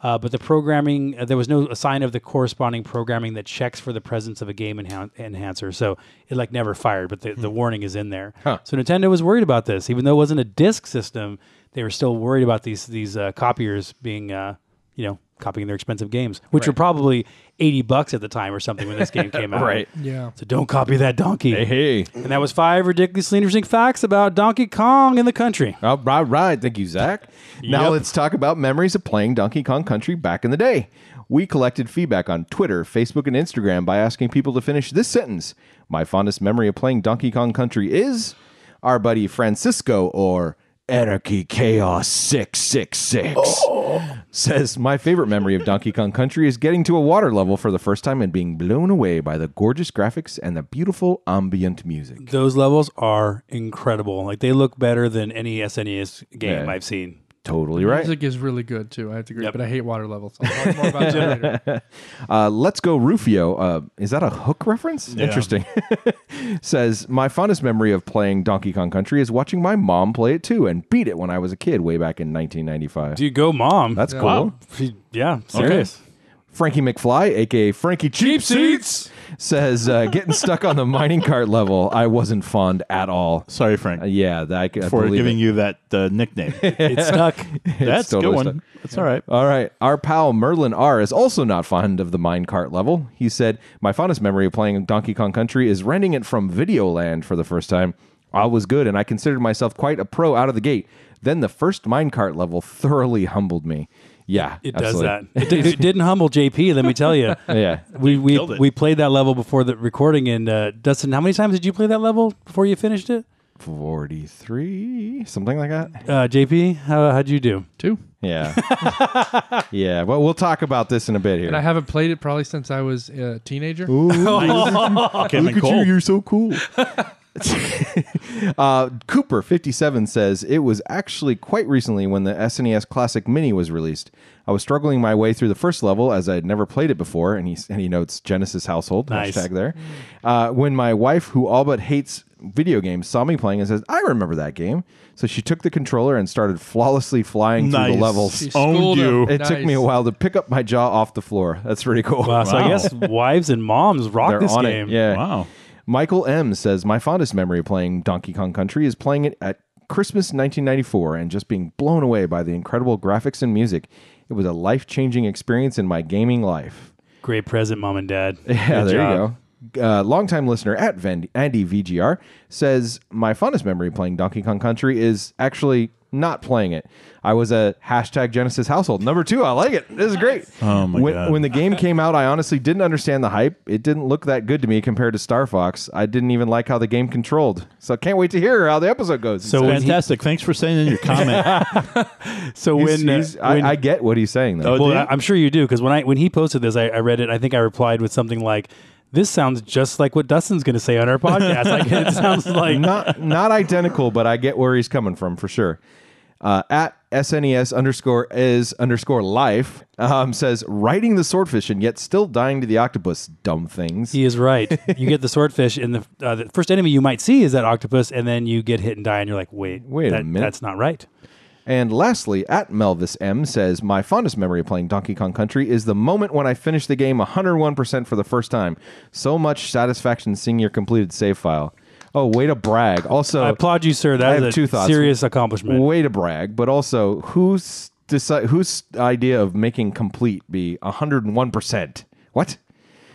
uh, but the programming uh, there was no sign of the corresponding programming that checks for the presence of a game enhan- enhancer, so it like never fired. But the, the warning is in there. So Nintendo was worried about this, even though it wasn't a disc system. They were still worried about these these uh, copiers being uh, you know, copying their expensive games, which were probably 80 bucks at the time or something when this game came out.
Right.
Yeah.
So don't copy that donkey.
Hey, hey.
And that was five ridiculously interesting facts about Donkey Kong in the country.
All Oh, right, right. Thank you, Zach. Now
Yep.
let's talk about memories of playing Donkey Kong Country back in the day. We collected feedback on Twitter, Facebook, and Instagram by asking people to finish this sentence. My fondest memory of playing Donkey Kong Country is our buddy Francisco or Anarchy Chaos 666 says my favorite memory of Donkey Kong Country is getting to a water level for the first time and being blown away by the gorgeous graphics and the beautiful ambient music.
Those levels are incredible. Like they look better than any SNES game
Yeah.
I've seen.
Totally right.
Music is really good too. I have to agree, but I hate water levels. I'll talk more about that later.
Uh, Let's Go Rufio. Uh, is that a hook reference? Interesting. Says, My fondest memory of playing Donkey Kong Country is watching my mom play it too and beat it when I was a kid way back in 1995.
Do you go, mom?
That's cool.
Wow. Yeah, serious.
Frankie McFly, aka Frankie Cheap Seats, says, uh, Getting stuck on the mining cart level, I wasn't fond at all.
Sorry, Frank,
Uh, yeah, that, I, c- I
for
believe
giving
it.
you that uh, nickname.
It stuck.
That's a
totally
good one.
stuck.
That's all right.
All right. Our pal Merlin R is also not fond of the minecart level. He said, My fondest memory of playing Donkey Kong Country is renting it from Videoland for the first time. All was good, and I considered myself quite a pro out of the gate. Then the first minecart level thoroughly humbled me. Yeah.
It
absolutely.
does that. It, did- it didn't humble JP, let me tell you.
Yeah.
We we,
Killed it.
we played that level before the recording and uh, Dustin, how many times did you play that level before you finished it?
43, something like that.
Uh, JP, how, how'd you do?
Two.
Yeah. yeah. But we'll talk about this in a bit
And I
here.
haven't played it probably since I was a teenager.
Came in cold.
You're so cool. uh, Cooper fifty seven says it was actually quite recently when the SNES Classic Mini was released. I was struggling my way through the first level as I had never played it before, and he and he notes Genesis household
Nice.
hashtag there. Uh, when my wife, who all but hates video games, saw me playing and says, "I remember that game," so she took the controller and started flawlessly flying through
Nice.
the levels.
She
Owned
schooled
you.
him.
It took me a
Nice.
while to pick up my jaw off the floor. That's pretty cool.
Wow, So I
Wow.
guess wives and moms rock
They're
this
on
game.
it. Yeah.
Wow.
Michael M says my fondest memory of playing Donkey Kong Country is playing it at Christmas 1994 and just being blown away by the incredible graphics and music. It was a life-changing experience in my gaming life.
Great present, mom and dad.
Yeah,
Good
there
job.
you go. Uh, longtime listener at Van- Andy VGR says my fondest memory of playing Donkey Kong Country is actually not playing it. I was a hashtag Genesis household number two. I like it. This is great.
Oh my
when,
God.
When the game came out, I honestly didn't understand the hype. It didn't look that good to me compared to Star Fox. I didn't even like how the game controlled. So I can't wait to hear how the episode goes.
So when he-
Fantastic. Thanks for sending in your comment.
So
He's-
when, uh,
he's- I,
when- Oh,
I get what he's saying though.
do
well,
you?
I, am sure you do because when I when he posted this, I, I read it. I think I replied with something like, "This sounds just like what Dustin's going to say on our podcast. like it sounds like
not not identical, but I get where he's coming from for sure. Uh, at SNES underscore is underscore life um, says riding the swordfish and yet still dying to the octopus. Dumb things.
He is right. You get the swordfish, and the, uh, the first enemy you might see is that octopus, and then you get hit and die, and you're like, wait,
Wait a
that-
minute.
that's not right.
And lastly, at Melvis M says, My fondest memory of playing Donkey Kong Country is the moment when I finished the game 101% for the first time. So much satisfaction seeing your completed save file. Oh, way to brag. Also,
I applaud you, sir. That
I
is
have
a
two thoughts.
serious accomplishment.
way to brag, but also whose deci- whose idea of making complete be 101%? What?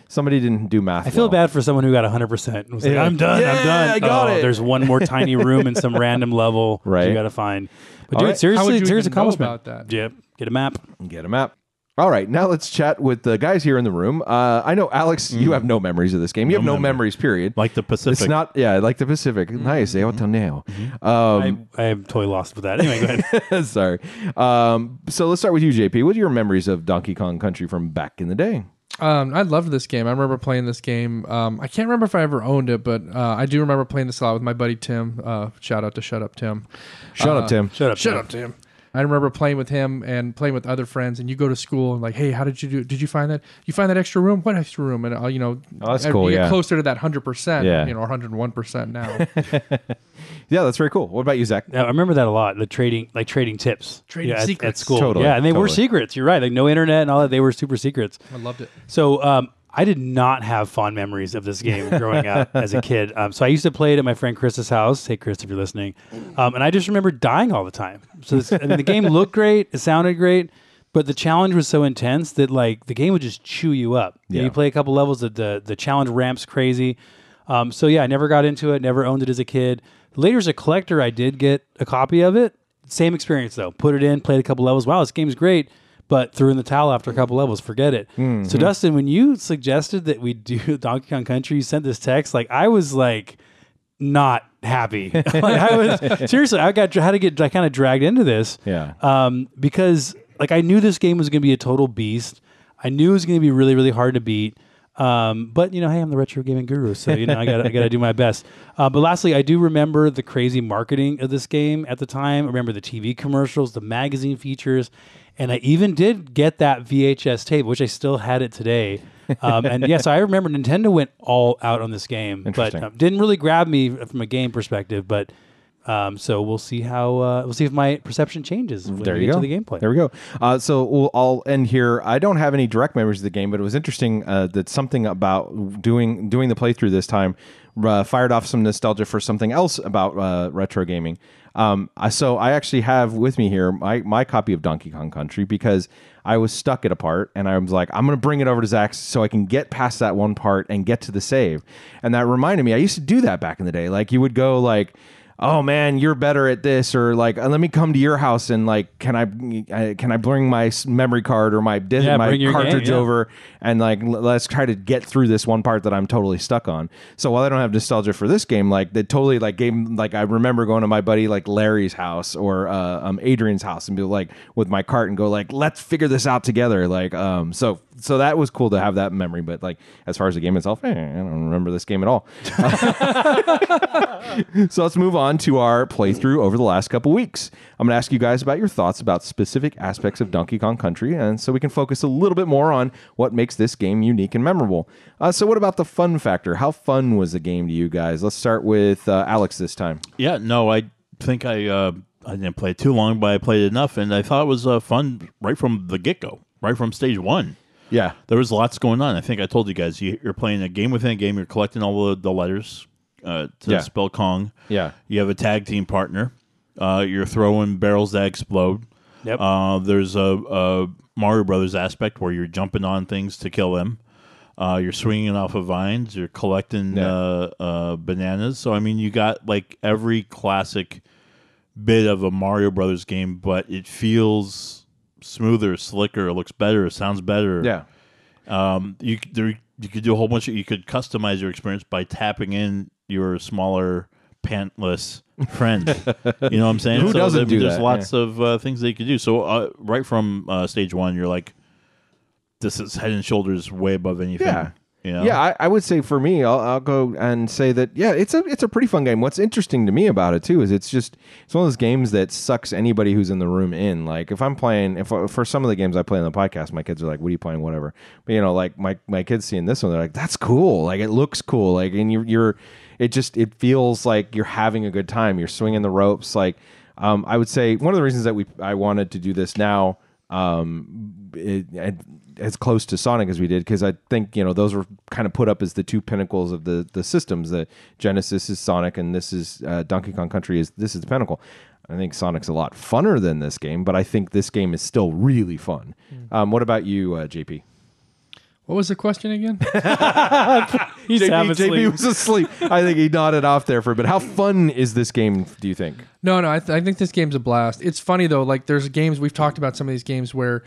Somebody didn't do math.
I feel bad for someone who got 100%. Was like, I'm done.
Yeah,
I'm done.
I got
oh,
it.
There's one more tiny room in some random level that
Right.
you got to find. But
All
dude,
right.
How
seriously,
would you
serious
even know
accomplishment.
about that?
Yep. Get a map.
Get him out. All right, now let's chat with the guys here in the room. Uh, I know, Alex, you have no memories of this game. You have no
Mm. memory.
memories, period.
like the Pacific. Mm-hmm,
It's not, yeah, like the Pacific. Nice, they ought to know. Um,
I, I am totally lost with that. Anyway, go ahead.
sorry. Um, so let's start with you, JP. What are your memories of Donkey Kong Country from back in the day?
Um, I loved this game. I remember playing this game. Um, I can't remember if I ever owned it, but uh, I do remember playing this a lot with my buddy Tim. Uh, shout out to Shut Up Tim.
Shut up, Tim.
Shut up.
Shut
Jeff.
up, Tim. I remember playing with him and playing with other friends, and you go to school and like, hey, how did you do? Did you find that? You find that extra room? What extra room? And uh, you know,
Oh, that's
you
cool,
get
yeah.
closer to that hundred percent,
Yeah.
you know, hundred one percent now.
Yeah, that's very cool. What about you, Zach?
Now, I remember that a lot. The trading, like trading tips,
Trading
yeah, at- at,
secrets.
school.
Totally,
yeah, and they were
totally.
secrets. You're right. Like no internet and all that. They were super secrets.
I loved it.
So um, I did not have fond memories of this game growing up as a kid. Um, so I used to play it at my friend Chris's house. Hey, Chris, if you're listening. Um, and I just remember dying all the time. So this, I mean, the game looked great, it sounded great, but the challenge was so intense that like the game would just chew you up. You know,
Yeah.
You play a couple levels, the the, the challenge ramps crazy. Um, so yeah, I never got into it. Never owned it as a kid. Later as a collector, I did get a copy of it. Same experience though. Put it in, played a couple levels. Wow, this game's great. But threw in the towel after a couple levels. Forget it. So Dustin, when you suggested that we do Donkey Kong Country, you sent this text. Like I was like not happy. Like, I was seriously. I got had to get I kind of dragged into this.
Yeah.
Um, because like I knew this game was going to be a total beast. I knew it was going to be really really hard to beat. Um, but you know, hey, I'm the retro gaming guru, so you know I got I got to do my best. Uh, but lastly, I do remember the crazy marketing of this game at the time. I remember the TV commercials, the magazine features, and I even did get that VHS tape, which I still had it today. Um, and yes, I remember Nintendo went all out on this game, but
Interesting.
um, didn't really grab me from a game perspective. But um, so we'll see how uh, we'll see if my perception changes when
there
we
you
get
go.
to the gameplay.
There we go. Uh, so we'll, I'll end here. I don't have any direct memories of the game, but it was interesting uh, that something about doing doing the playthrough this time uh, fired off some nostalgia for something else about uh, retro gaming. Um, I- so I actually have with me here my, my copy of Donkey Kong Country because I was stuck at a part and I was like, I'm going to bring it over to Zach's so I can get past that one part and get to the save. And that reminded me, I used to do that back in the day. Like you would go like, oh man you're better at this or like uh, let me come to your house and like can i uh, can i bring my s- memory card or my dis-
Yeah,
my
bring your game,
cartridge
yeah.
over and like l- let's try to get through this one part that i'm totally stuck on so while i don't have nostalgia for this game like that totally like gave like i remember going to my buddy like larry's house or uh, um, adrian's house and be like with my cart and go like let's figure this out together like um so so that was cool to have that memory but like as far as the game itself eh, i don't remember this game at all so let's move on to our playthrough over the last couple weeks. I'm going to ask you guys about your thoughts about specific aspects of Donkey Kong Country, and so we can focus a little bit more on what makes this game unique and memorable. Uh, so, what about the fun factor? How fun was the game to you guys? Let's start with uh, Alex this time.
Yeah, no, I think I uh, I didn't play it too long, but I played enough, and I thought it was uh, fun right from the get go, right from stage one.
Yeah,
There was lots going on. I think I told you guys you, you're playing a game within a game. You're collecting all the, the letters uh, to
Yeah.
spell Kong.
Yeah.
you have a tag team partner. Uh, you're throwing barrels that explode.
Yep.
Uh, there's a, a Mario Brothers aspect where you're jumping on things to kill them. Uh, you're swinging off of vines. You're collecting
Yeah.
uh, uh, bananas. So I mean, you got like every classic bit of a Mario Brothers game, but it feels smoother, slicker. It looks better. It sounds better.
yeah,
Um, you c- there, you could do a whole bunch of you could customize your experience by tapping in your smaller pantless friend. you know what I'm saying?
Who doesn't
there-
do
There's
that?
lots of uh, things they could do. So uh, right from uh, stage one, you're like, this is head and shoulders way above anything.
Yeah.
You know?
Yeah, I, I would say for me, I'll, I'll go and say that yeah, it's a it's a pretty fun game. What's interesting to me about it too is it's just it's one of those games that sucks anybody who's in the room in. Like if I'm playing, if uh, for some of the games I play on the podcast, my kids are like, "What are you playing?" Whatever. But you know, like my my kids seeing this one, they're like, "That's cool. Like it looks cool. Like and you're you're it just it feels like you're having a good time. You're swinging the ropes. Like um, I would say one of the reasons that we I wanted to do this now um, it, it, as close to Sonic as we did because I think you know those were kind of put up as the two pinnacles of the the systems. The Genesis is Sonic, and this is uh, Donkey Kong Country. Is this is the pinnacle? I think Sonic's a lot funner than this game, but I think this game is still really fun.
Mm.
Um, what about you, uh, JP?
What was the question again?
He's
JP,
having
JP
sleep.
was asleep. I think he nodded off there for a bit. How fun is this game? Do you think?
No, no, I, th- I think this game's a blast. It's funny though, like there's games we've talked about some of these games where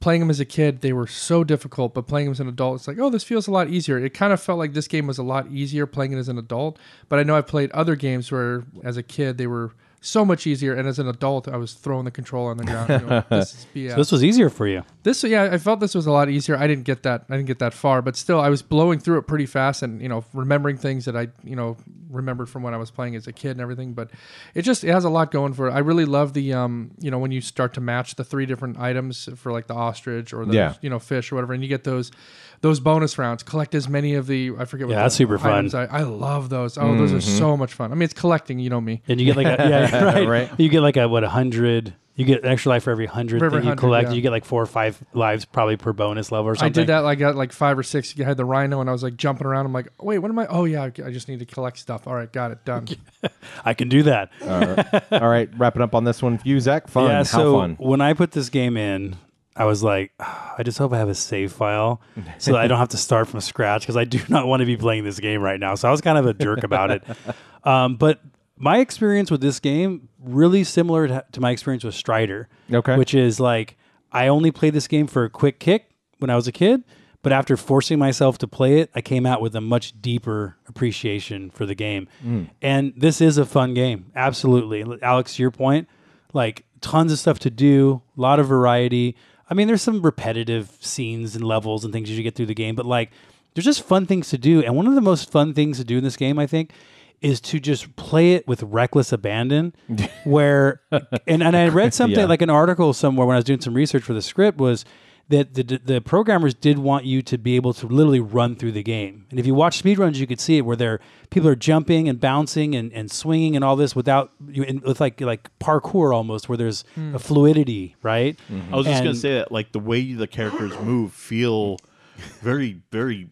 playing them as a kid they were so difficult, but playing them as an adult, it's like, oh, this feels a lot easier. It kind of felt like this game was a lot easier playing it as an adult. But I know I've played other games where as a kid they were so much easier. And as an adult, I was throwing the controller on the ground. you know, this is BS.
So this was easier for you.
This yeah, I felt this was a lot easier. I didn't get that. I didn't get that far, but still, I was blowing through it pretty fast, and you know, remembering things that I you know remembered from when I was playing as a kid and everything. But it just it has a lot going for it. I really love the um you know when you start to match the three different items for like the ostrich or the
Yeah.
you know fish or whatever, and you get those those bonus rounds. Collect as many of the I forget. what
Yeah,
the
that's super fun. Mm-hmm.
items I, I love those. Oh, those are so much fun. I mean, it's collecting. You know me.
And you get like a, yeah, right.
Right.
You get like a what a hundred. You get an extra life for every hundred
For every
thing you
100,
collect.
yeah.
You get like four or five lives probably per bonus level or something.
I did that. Like, I got like five or six. I had the rhino, and I was like jumping around. I'm like, wait, what am I? Oh yeah, I I just need to collect stuff. All right, got it done.
I can do that.
All right, wrapping up on this one. You, Zach, fun.
Yeah.
How
So
fun?
when I put this game in, I was like, "Ah, I just hope I have a save file so that I don't have to start from scratch because I do not want to be playing this game right now. So I was kind of a jerk about it. Um, but my experience with this game really similar to to my experience with Strider.
Okay.
Which is like I only played this game for a quick kick when I was a kid. But after forcing myself to play it, I came out with a much deeper appreciation for the game. And this is a fun game, absolutely. Alex, to your point, like tons of stuff to do, a lot of variety. I mean, there's some repetitive scenes and levels and things as you get through the game, but like there's just fun things to do. And one of the most fun things to do in this game, I think, is to just play it with reckless abandon. Where, and, and I read something
Yeah.
like an article somewhere when I was doing some research for the script was that the, the programmers did want you to be able to literally run through the game. And if you watch speedruns, you could see it where they're, people are jumping and bouncing and, and swinging and all this without, you and with like, like parkour almost, where there's a fluidity, right?
Mm-hmm. I was just gonna
And-
say that like the way the characters move feel very very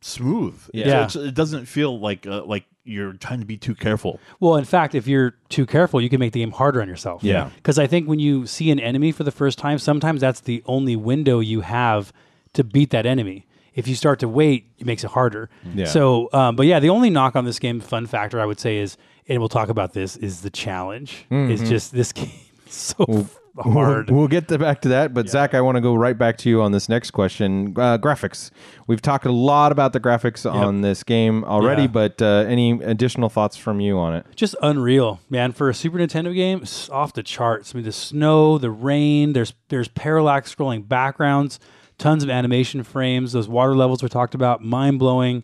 smooth.
Yeah.
It's- it's- it doesn't feel like uh, like you're trying to be too careful.
Well, in fact, if you're too careful, you can make the game harder on yourself.
Yeah.
Because I think when you see an enemy for the first time, sometimes that's the only window you have to beat that enemy. If you start to wait, it makes it harder.
Yeah.
So, um, but yeah, the only knock on this game, fun factor, I would say is, and we'll talk about this, is the challenge.
Hmm,
It's just this game is so hard.
We'll, we'll get to back to that, but Zach, I want to go right back to you on this next question. Uh, graphics. We've talked a lot about the graphics on this game already,
Yeah.
but uh, any additional thoughts from you on it?
just unreal, man. For a Super Nintendo game, it's off the charts. I mean, the snow, the rain, there's there's parallax scrolling backgrounds, tons of animation frames. Those water levels we talked about, mind blowing.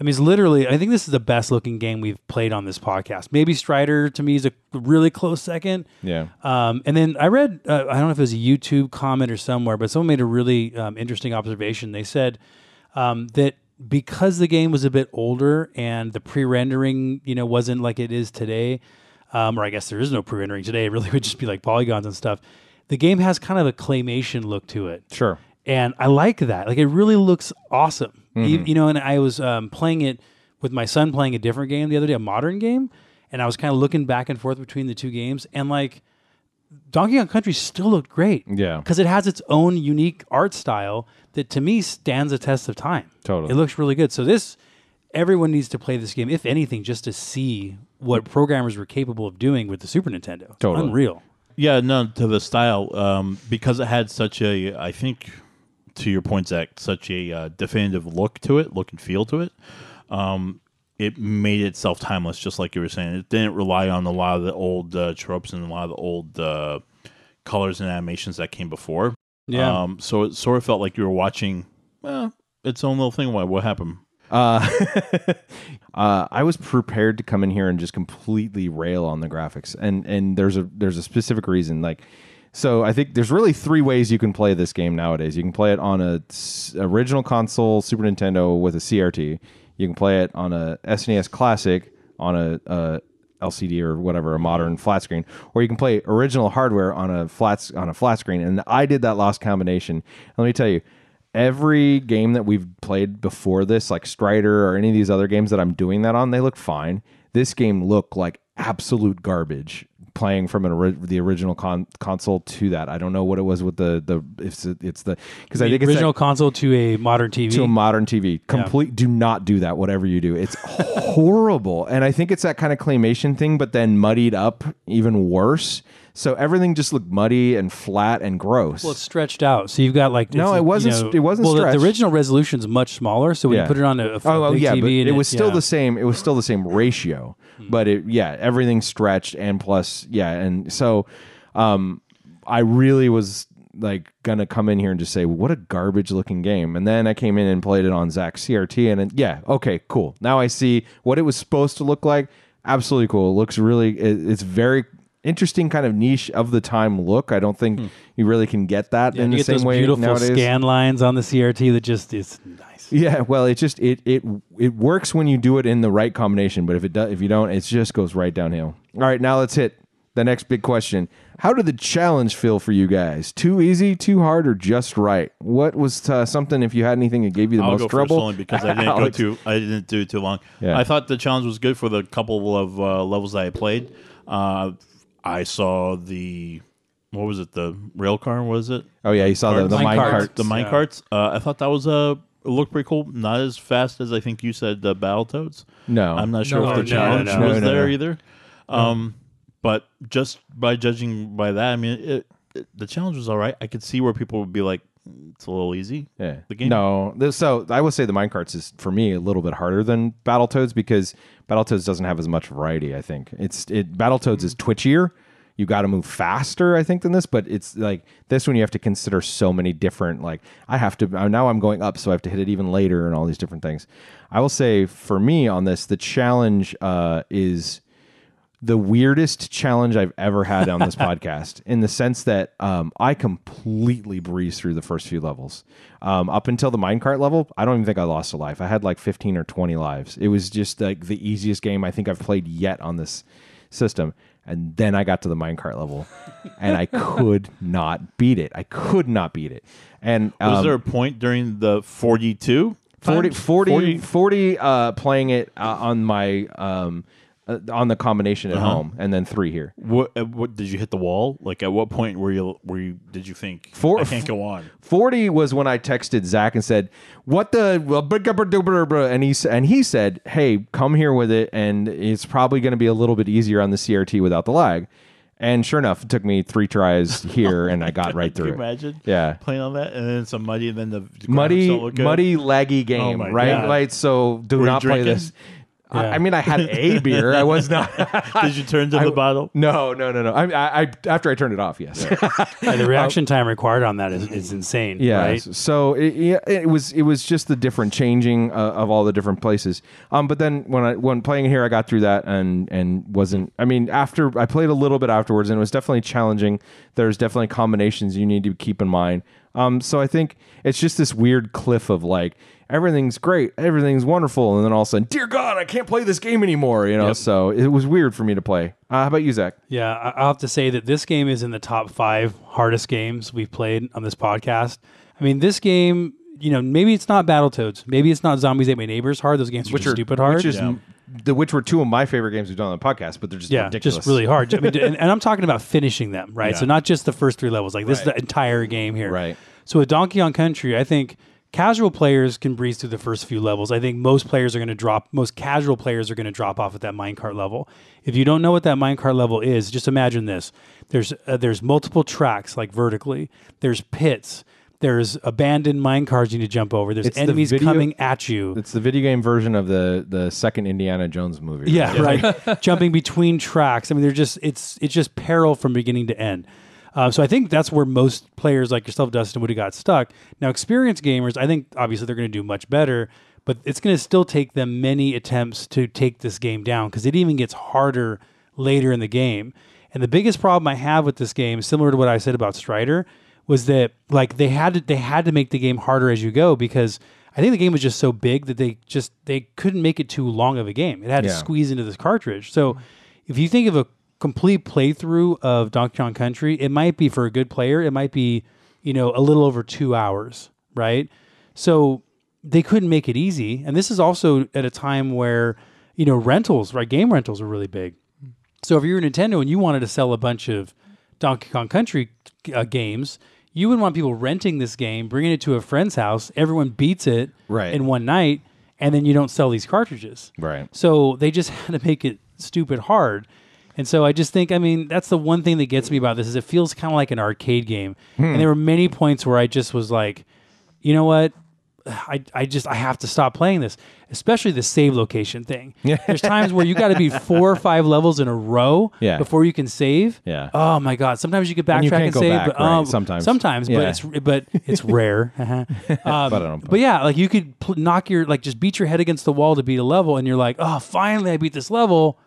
I mean, it's literally. I think this is the best looking game we've played on this podcast. Maybe Strider to me is a really close second.
Yeah.
Um, and then I read, uh, I don't know if it was a YouTube comment or somewhere, but someone made a really um, interesting observation. They said um, that because the game was a bit older and the pre-rendering, you know, wasn't like it is today, um, or I guess there is no pre-rendering today. It really would just be like polygons and stuff. The game has kind of a claymation look to it
Sure.
and I like that. Like it really looks awesome,
Mm-hmm.
you, you know. And I was um, playing it with my son, playing a different game the other day, a modern game, and I was kind of looking back and forth between the two games, and like Donkey Kong Country still looked great,
Yeah.
because it has its own unique art style that to me stands the test of time.
Totally.
it looks really good. So this, everyone needs to play this game, if anything, just to see what programmers were capable of doing with the Super Nintendo.
Totally.
unreal.
Yeah, no, to the style um, because it had such a I think to your point, Zach, such a uh, definitive look to it, look and feel to it. Um, it made itself timeless, just like you were saying. It didn't rely on a lot of the old uh, tropes and a lot of the old uh, colors and animations that came before.
Yeah.
Um, so it sort of felt like you were watching eh, its own little thing. Why? What happened?
Uh, uh, I was prepared to come in here and just completely rail on the graphics, and and there's a there's a specific reason. Like, so I think there's really three ways you can play this game nowadays. You can play it on a s- original console, Super Nintendo, with a CRT. You can play it on a SNES Classic, on a, a LCD or whatever, a modern flat screen, or you can play original hardware on a flat on a flat screen. And I did that last combination. Let me tell you, every game that we've played before this, like Strider or any of these other games that I'm doing that on, they look fine. This game looked like absolute garbage playing from an ori- the original con- console to that. I don't know what it was with the the if it's, it's the because I think it's that-
Original console to a modern TV.
to a modern TV. Complete. Do not do that. Whatever you do, it's horrible. And I think it's that kind of claymation thing, but then muddied up even worse. So everything just looked muddy and flat and gross.
Well, it's stretched out, so you've got like
No,
it's,
it wasn't- it wasn't
Well, the- the,
stretched.
original resolution's much smaller, so when
Yeah.
you put it on a, a f-
oh,
a
oh,
big
yeah,
TV,
but
and
it was still
yeah. Hmm.
the same. It was still the same ratio, but it yeah, everything stretched and plus yeah, and so um I really was like gonna come in here and just say what a garbage looking game and then i came in and played it on zach's crt and it, yeah okay cool now i see what it was supposed to look like absolutely cool it looks really it, it's very interesting kind of niche of the time look i don't think you really can get that in
Hmm.
the
you get
same
those
way
beautiful
nowadays
scan lines on the CRT that just is nice.
yeah well it just it it it works when you do it in the right combination but if it does if you don't it just goes right downhill all right now let's hit the next big question how did the challenge feel for you guys too easy too hard or just right what was uh, something if you had anything that gave you the
I'll
most
go
trouble
first only because I didn't go
Alex.
too. I didn't do too long.
Yeah.
I thought the challenge was good for the couple of uh, levels that I played. Uh, I saw the what was it? The rail car was it?
oh yeah you saw the, the mine
Mine carts.
cart
The mine carts. Uh, I thought that was Uh, it looked pretty cool. Not as fast as I think you said the Battletoads.
No.
I'm not sure
No,
if the
no,
challenge
no, no.
was
No, no,
there
no.
either. Um, but just by judging by that, I mean it, it, the challenge was all right. I could see where people would be like, "Mm, "It's a little easy."
Yeah.
The game.
No. th- So I would say the minecarts is for me a little bit harder than Battletoads because Battletoads doesn't have as much variety, I think. It's it Battletoads
Mm.
is twitchier. You got to move faster, I think, than this. But it's like this one, you have to consider so many different. Like I have to uh, now, I'm going up, so I have to hit it even later, and all these different things. I will say for me on this, the challenge uh, is the weirdest challenge I've ever had on this podcast in the sense that um, I completely breezed through the first few levels. Um, up until the minecart level, I don't even think I lost a life. I had like 15 or 20 lives. It was just like the easiest game I think I've played yet on this system. And then I got to the minecart level and I could not beat it. I could not beat it. And
Was
um,
there a point during the 42?
40,
times?
40, 40, uh, playing it uh, on my. Um, uh, on the combination at
Uh-huh.
home, and then three here.
What, at what did you hit the wall? Like at what point were you? Were you? Did you think
Four-
I can't go on?
40 was when I texted Zach and said, "What the?" well, blah, blah, blah, blah, blah, blah," And he s- and he said, "Hey, come here with it, and it's probably going to be a little bit easier on the CRT without the lag." And sure enough, it took me three tries here, and I got right
Oh Can
through.
you
it.
imagine?
Yeah.
playing on that, and then some muddy, and then the grounds don't
muddy,
look good. Oh
muddy, laggy game,
my
right?
God.
Like, so do
you
not play
drinking?
this. I, I mean, I had a beer. I was not.
Did you turn to the bottle?
no, no, no, no. I, I, I after I turned it off, yes.
Yeah, the reaction time required on that is, is insane.
Oh. Yeah.
Right?
So it, yeah, it was it was just the different changing uh, of all the different places. Um, but then when I when playing here, I got through that and and wasn't. I mean, after I played a little bit afterwards, and it was definitely challenging. There's definitely combinations you need to keep in mind. Um, so I think it's just this weird cliff of like everything's great, everything's wonderful, and then all of a sudden, dear God, I can't play this game anymore. You know. So it was weird for me to play. Uh, how about you, Zach?
Yeah, I- I'll have to say that this game is in the top five hardest games we've played on this podcast. I mean, this game, you know, maybe it's not Battletoads. Maybe it's not Zombies Ate My Neighbors hard. Those games are just stupid hard.
Which is the which were two of my favorite games we've done on the podcast, but they're just
yeah,
ridiculous.
just really hard. I mean, and, and I'm talking about finishing them, right? So not just the first three levels. Like this is the entire game here.
Right.
So with Donkey Kong Country, I think casual players can breeze through the first few levels. I think most players are going to drop. Most casual players are going to drop off at that minecart level. If you don't know what that minecart level is, just imagine this: there's uh, there's multiple tracks like vertically. There's pits. There's abandoned minecarts you need to jump over. There's
It's the
enemies
video-
coming at you.
It's the video game version of the the second Indiana Jones movie.
Yeah, right. Jumping between tracks. I mean, they're just it's it's just peril from beginning to end. Uh, so I think that's where most players like yourself, Dustin, would have got stuck. Now, experienced gamers, I think obviously they're going to do much better, but it's going to still take them many attempts to take this game down because it even gets harder later in the game. And the biggest problem I have with this game, similar to what I said about Strider, was that like they had to they had to make the game harder as you go because I think the game was just so big that they just they couldn't make it too long of a game. It had to
Yeah.
squeeze into this cartridge. So if you think of a complete playthrough of Donkey Kong Country, it might be for a good player, it might be, you know, a little over two hours, right? So they couldn't make it easy. And this is also at a time where, you know, rentals, right? Game rentals were really big. So if you were Nintendo and you wanted to sell a bunch of Donkey Kong Country uh, games, you would want people renting this game, bringing it to a friend's house. Everyone beats it
Right.
in one night, and then you don't sell these cartridges.
Right.
So they just had to make it stupid hard. And so I just think, I mean, that's the one thing that gets me about this is it
Hmm.
feels kind of like an arcade game. And there were many points where I just was like, you know what? I, I just I have to stop playing this, especially the save location thing. There's times where you got to be four or five levels in a row
Yeah.
before you can save.
Yeah.
Oh my god! Sometimes you can backtrack
you
and,
can't go
save,
back,
but
right,
um,
sometimes.
sometimes,
Yeah.
but it's but it's rare. um,
But I don't-
but yeah, like you could pl- knock your like just beat your head against the wall to beat a level, and you're like, oh, finally I beat this level.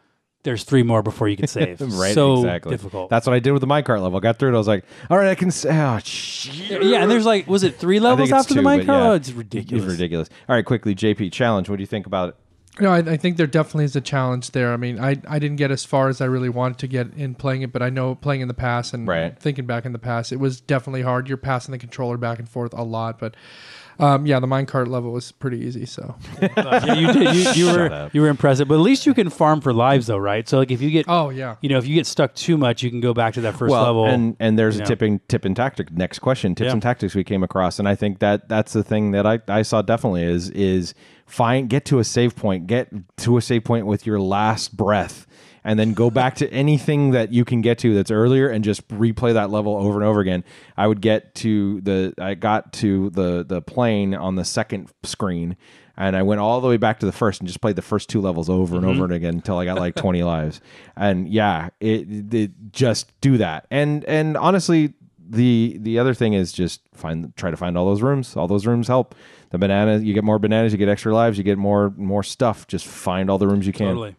There's three more before you can save.
Right,
so
exactly.
difficult.
That's what I did with the minecart level. I got through it. I was like, all right, I can. s- Oh, shit.
yeah, and there's like, was it three
I think
levels
it's
after
two,
the
but
minecart?
yeah.
Oh, it's ridiculous.
It's ridiculous. All right, quickly, JP challenge. What do you think about it?
No, I, I think there definitely is a challenge there. I mean, I, I didn't get as far as I really wanted to get in playing it, but I know playing in the past and
Right.
thinking back in the past, it was definitely hard. You're passing the controller back and forth a lot, but um, yeah, the minecart level was pretty easy. So,
yeah, you did. You, you were
up.
you were impressive, but at least you can farm for lives, though, right? So like, if you get,
oh yeah,
you know, if you get stuck too much, you can go back to that first level.
and and there's
you
a
know.
tipping tip and tactic. Next question: tips
Yeah.
and tactics we came across, and I think that that's the thing that I, I saw definitely is is find get to a save point, get to a save point with your last breath, and then go back to anything that you can get to that's earlier, and just replay that level over and over again. I would get to the I got to the the plane on the second screen. And I went all the way back to the first and just played the first two levels over and over and again until I got like 20 lives. And yeah, it, it just do that. And and honestly, the the other thing is just find try to find all those rooms. All those rooms help. The bananas, you get more bananas, you get extra lives, you get more more stuff. Just find all the rooms you can.
totally.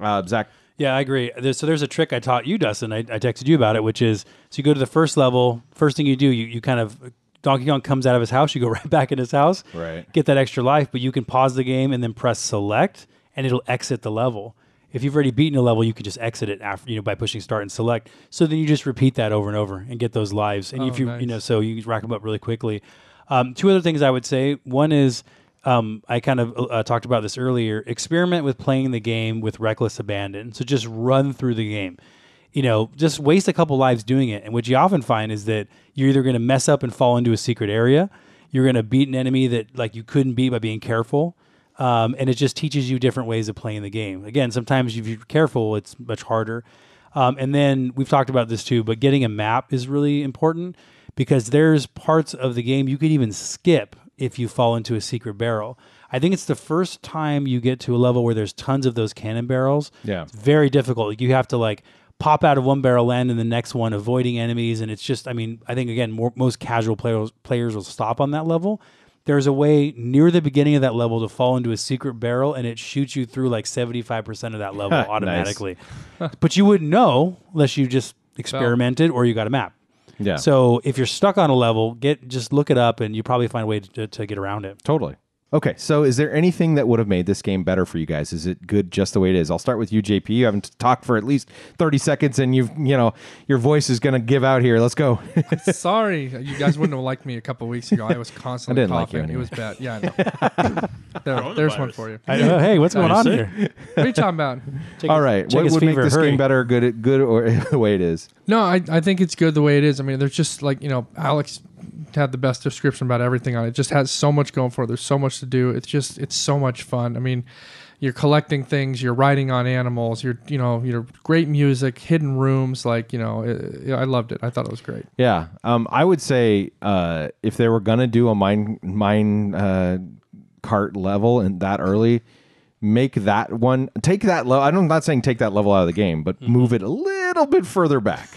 Uh, Zach,
Yeah, I agree. There's, so there's a trick I taught you, Dustin. I, I texted you about it, which is so you go to the first level. First thing you do, you, you kind of Donkey Kong comes out of his house. You go right back in his house,
Right.
Get that extra life, but you can pause the game and then press select, and it'll exit the level. If you've already beaten a level, you can just exit it after you know by pushing start and select. So then you just repeat that over and over and get those lives. And if you you
nice.
know so you can rack them up really quickly. Um, two other things I would say. One is um, I kind of uh, talked about this earlier. Experiment with playing the game with reckless abandon. So just run through the game. You know, just waste a couple lives doing it. And what you often find is that you're either going to mess up and fall into a secret area, you're going to beat an enemy that like you couldn't beat by being careful. Um, and it just teaches you different ways of playing the game. Again, sometimes if you're careful, it's much harder. Um, and then we've talked about this too, but getting a map is really important because there's parts of the game you could even skip if you fall into a secret barrel. I think it's the first time you get to a level where there's tons of those cannon barrels.
Yeah.
It's very difficult. Like, You have to like pop out of one barrel, land in the next one, avoiding enemies, and it's just. I mean, I think again, more, most casual players players will stop on that level. There's a way near the beginning of that level to fall into a secret barrel, and it shoots you through like 75% of that level automatically. but you wouldn't know unless you just experimented or you got a map.
yeah,
So if you're stuck on a level, get just look it up, and you probably find a way to, to get around it.
totally. Okay, so is there anything that would have made this game better for you guys? Is it good just the way it is? I'll start with you, JP. You haven't talked for at least thirty seconds, and you've you know your voice is going to give out here. Let's go.
sorry, you guys wouldn't have liked me a couple weeks ago. I was constantly
didn't like you
coughing. It was bad. Yeah, I know. there, there's one for you.
I
What
know. Hey, what's going on here?
are you talking about?
Check
All
his-
right,
check
what
his
would
fever.
make this
Hurry.
game better? Good, good, or the way it is?
No, I, I think it's good the way it is. I mean, there's just like, you know, Alex had the best description about everything on it. It just has so much going for it. There's so much to do. It's just, it's so much fun. I mean, you're collecting things, you're riding on animals, you're, you know, you're great music, hidden rooms. Like, you know, it, I loved it. I thought it was great.
Yeah, um, I would say uh, if they were gonna do a mine mine uh, cart level and that early, make that one take that level. I'm not saying take that level out of the game, but move it a little bit further back.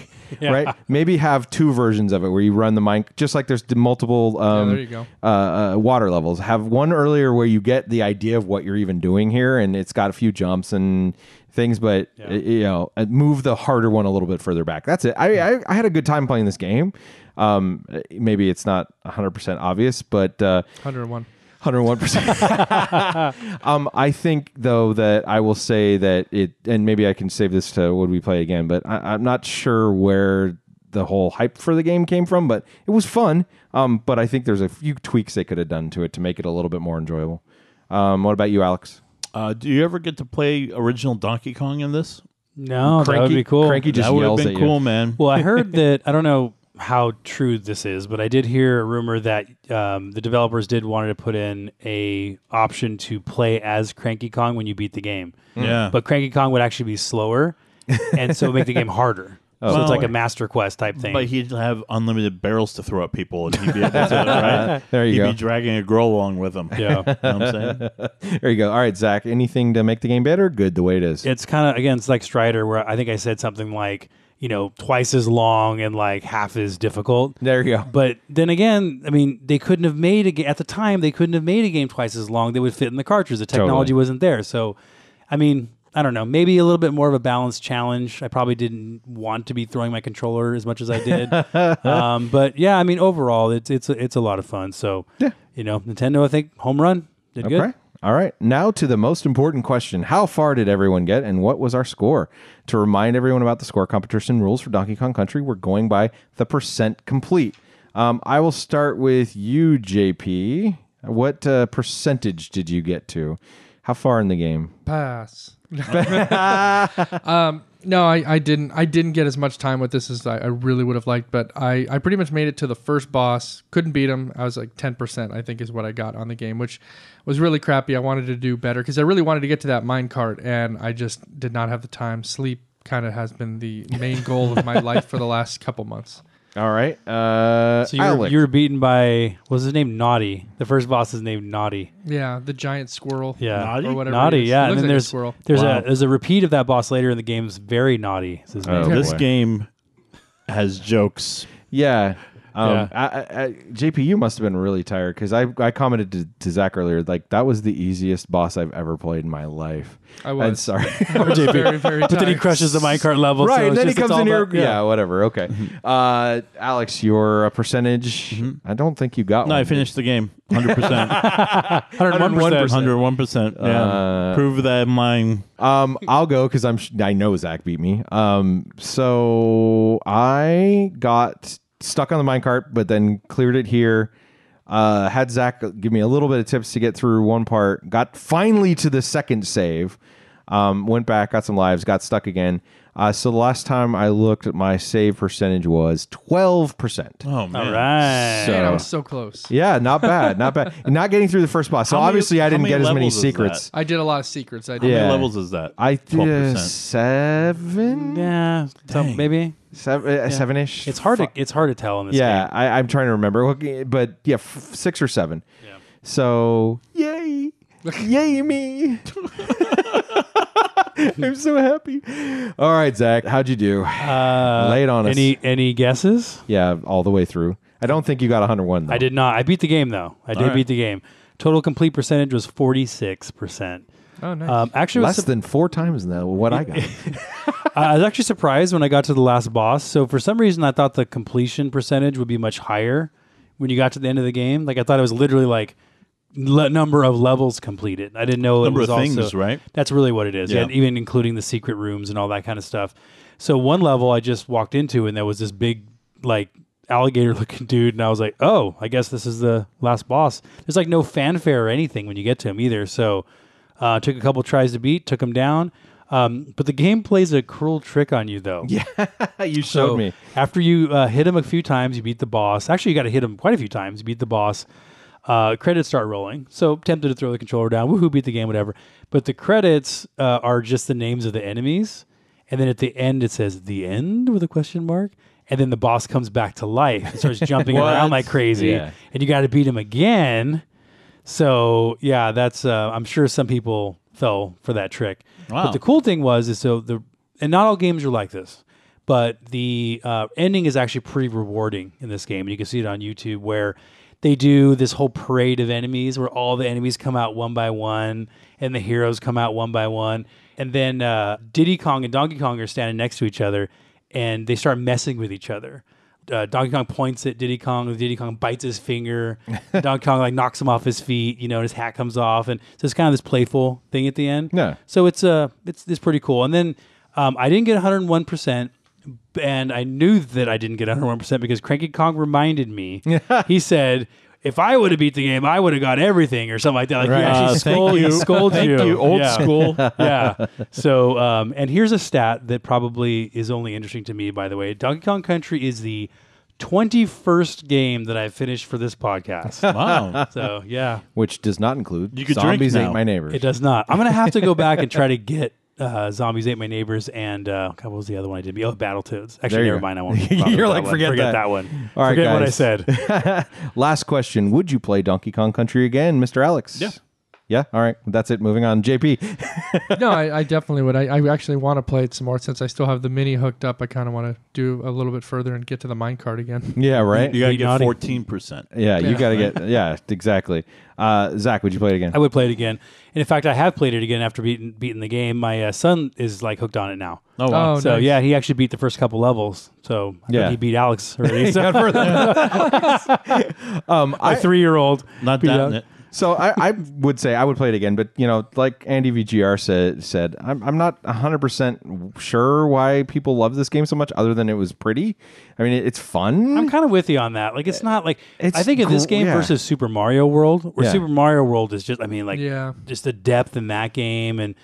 Right? Maybe have two versions of it where you run the mine, just like there's d- multiple um,
there you go.
uh, uh, water levels. Have one earlier where you get the idea of what you're even doing here, and it's got a few jumps and things, but uh, you know, uh, move the harder one a little bit further back. That's it. I, I, I had a good time playing this game. Um, uh, maybe it's not 100% obvious, but uh,
101.
101%. um, I think, though, that I will say that it, and maybe I can save this to would we play again, but I, I'm not sure where the whole hype for the game came from, but it was fun. Um, but I think there's a few tweaks they could have done to it to make it a little bit more enjoyable. Um, what about you, Alex?
Uh, do you ever get to play original Donkey Kong in this?
No, that would be cool.
Cranky just
that would have
yells
been
at you.
cool, man.
Well, I heard that I don't know how true this is, but I did hear a rumor that um, the developers did wanted to put in a option to play as Cranky Kong when you beat the game.
yeah,
But Cranky Kong would actually be slower, and so make the game harder. so
Well,
it's like a master quest type thing.
But he'd have unlimited barrels to throw at people, and he'd be able to, right?
There you
he'd
go.
be dragging a girl along with him.
Yeah.
You know what I'm saying?
There you go. All right, Zach. Anything to make the game better? Good the way it is.
it's kind of again, it's like Strider, where I think I said something like you know twice as long and like half as difficult.
There you go.
But then again, I mean, they couldn't have made a ga- at the time. They couldn't have made a game twice as long. They would fit in the cartridge. The technology
Totally.
wasn't there. So, I mean, I don't know. Maybe a little bit more of a balanced challenge. I probably didn't want to be throwing my controller as much as I did. um, but yeah, I mean, overall, it's it's it's a lot of fun. So, you know, Nintendo, I think home run did good.
Okay. All right. Now to the most important question. How far did everyone get and what was our score? To remind everyone about the score competition rules for Donkey Kong Country, we're going by the percent complete. Um, I will start with you, JP. What uh, percentage did you get to? How far in the game?
Pass. um, no, I, I didn't. I didn't get as much time with this as I, I really would have liked, but I, I pretty much made it to the first boss. Couldn't beat him. I was like 10%, I think, is what I got on the game, which was really crappy. I wanted to do better because I really wanted to get to that mine cart, and I just did not have the time. Sleep kind of has been the main goal of my life for the last couple months.
All right. Uh,
So you were,
Alex.
you were beaten by what was his name? Naughty. The first boss is named Naughty.
Yeah, the giant squirrel.
Yeah.
Naughty?
Or whatever. it
naughty,
is.
yeah. And
It looks
then
like a
there's
squirrel.
there's
Wow.
a there's a repeat of that boss later in the game. It's very naughty. Is his name.
Oh,
this
boy.
game has jokes.
Yeah. Um,
Yeah.
I, I, I, JP, you must have been really tired because I, I commented to, to Zach earlier, like, that was the easiest boss I've ever played in my life.
I
I'm
was.
sorry.
I was very, very
But then he
tired.
crushes the minecart level.
right.
so
and
it's
then he
just- it's
comes
all
in here.
about- Mm-hmm.
Yeah. whatever. Okay. Uh, Alex, your uh, percentage, I don't think you got
No,
one.
I finished the game 100%.
101%.
101%. Yeah.
Uh,
Prove that mine.
Um, I'll go because I'm sh- I know Zach beat me. Um, so I got stuck on the minecart, but then cleared it here. Uh, had Zach give me a little bit of tips to get through one part. Got finally to the second save. Um, went back, got some lives, got stuck again. Uh, so the last time I looked, my save percentage was twelve percent.
Oh, man.
All right.
So-
Man, I was so close.
Yeah, not bad, not bad. And not getting through the first boss. So
How many-
obviously, I
how
didn't
many
get as many
levels is that?
secrets.
I did a lot of secrets. I did.
How many
Yeah.
levels is that?
I did
12%.
seven.
yeah. So
Dang.
maybe
seven, uh, seven ish.
it's hard to it's hard to tell in this
yeah, I, I'm trying to remember, Okay, but yeah, f- six or seven.
game.
So yay, yay me! I'm so happy. All right, Zach, how'd you do?
Uh,
Lay it on us.
any any guesses?
Yeah, all the way through. I don't think you got 101. Though.
I did not. I beat the game though. I did
right.
beat the game. Total complete percentage was forty six percent.
Oh, nice.
Um, actually, it was
less than four times than what I got.
I was actually surprised when I got to the last boss. So for some reason, I thought the completion percentage would be much higher when you got to the end of the game. Like I thought it was literally like le- number of levels completed. I didn't know
Number
it was
of things,
also,
right?
That's really what it is.
Yeah.
And even including the secret rooms and all that kind of stuff. So one level I just walked into and there was this big like alligator looking dude and I was like, "Oh, I guess this is the last boss." There's like no fanfare or anything when you get to him either. So uh took a couple tries to beat, took him down. Um, but the game plays a cruel trick on you though. Yeah.
you
So
showed me.
after you uh, hit him a few times, you beat the boss. Actually, you got to hit him quite a few times. You beat the boss. Uh, credits start rolling. So tempted to throw the controller down. Woohoo! Beat the game, whatever. But the credits uh, are just the names of the enemies, and then at the end it says "the end" with a question mark, and then the boss comes back to life and starts jumping around like crazy,
Yeah.
and you got to beat him again. So yeah, that's uh, I'm sure some people fell for that trick. But
Wow.
the cool thing was is so the and not all games are like this, but the uh, ending is actually pretty rewarding in this game, and you can see it on YouTube where they do this whole parade of enemies where all the enemies come out one by one and the heroes come out one by one, and then uh, Diddy Kong and Donkey Kong are standing next to each other, and they start messing with each other uh, Donkey Kong points at Diddy Kong. Diddy Kong bites his finger. Donkey Kong like knocks him off his feet. You know, and his hat comes off, and so it's kind of this playful thing at the end.
Yeah.
So it's uh, it's it's pretty cool. And then um, I didn't get 101 percent, and I knew that I didn't get 101 percent because Cranky Kong reminded me. he said. If I would have beat the game, I would have got everything or something like that. Like he
Uh,
actually
thank
scold,
you.
he scolds
Thank you, old
Yeah
school.
yeah. So, um, and here's a stat that probably is only interesting to me, by the way. Donkey Kong Country is the 21st game that I've finished for this podcast.
Wow.
so, yeah,
Which does not include
You could drink
zombies ate
now.
my neighbors.
it does not. I'm going to have to go back and try to get uh, Zombies Ate My Neighbors, and uh, God, what was the other one I did? Oh, Battletoads. Actually,
There you
never
go.
mind. I won't.
You're
bother with
like,
one.
forget that.
that one.
All right,
forget what I
guys.
said.
Last question: Would you play Donkey Kong Country again, Mr. Alex?
Yeah.
Yeah. All right. That's it. Moving on. JP.
no, I, I definitely would. I, I actually want to play it some more since I still have the mini hooked up. I kind of want to do a little bit further and get to the minecart again.
Yeah. Right.
You gotta
Be
get
naughty.
fourteen percent.
yeah, You
Yeah.
got to get. Yeah. Exactly. Uh, Zach, would you play it again?
I would play it again. And in fact, I have played it again after beating beating the game. My uh, son is like hooked on it now.
Oh, wow.
Oh,
so
nice.
yeah, he actually beat the first couple levels. So I think
Yeah.
he beat Alex already. So
um,
a
I,
three year old.
not doubting it.
so I, I would say I would play it again, but you know, like Andy VGR said, said I'm, I'm not 100 percent sure why people love this game so much, other than it was pretty. I mean, it, it's fun.
I'm kind of with you on that. Like it's not like
Uh, It's
I think in this
gr-
game
yeah.
versus Super Mario World, where
Yeah.
Super Mario World is just I mean like
Yeah.
just the depth in that game and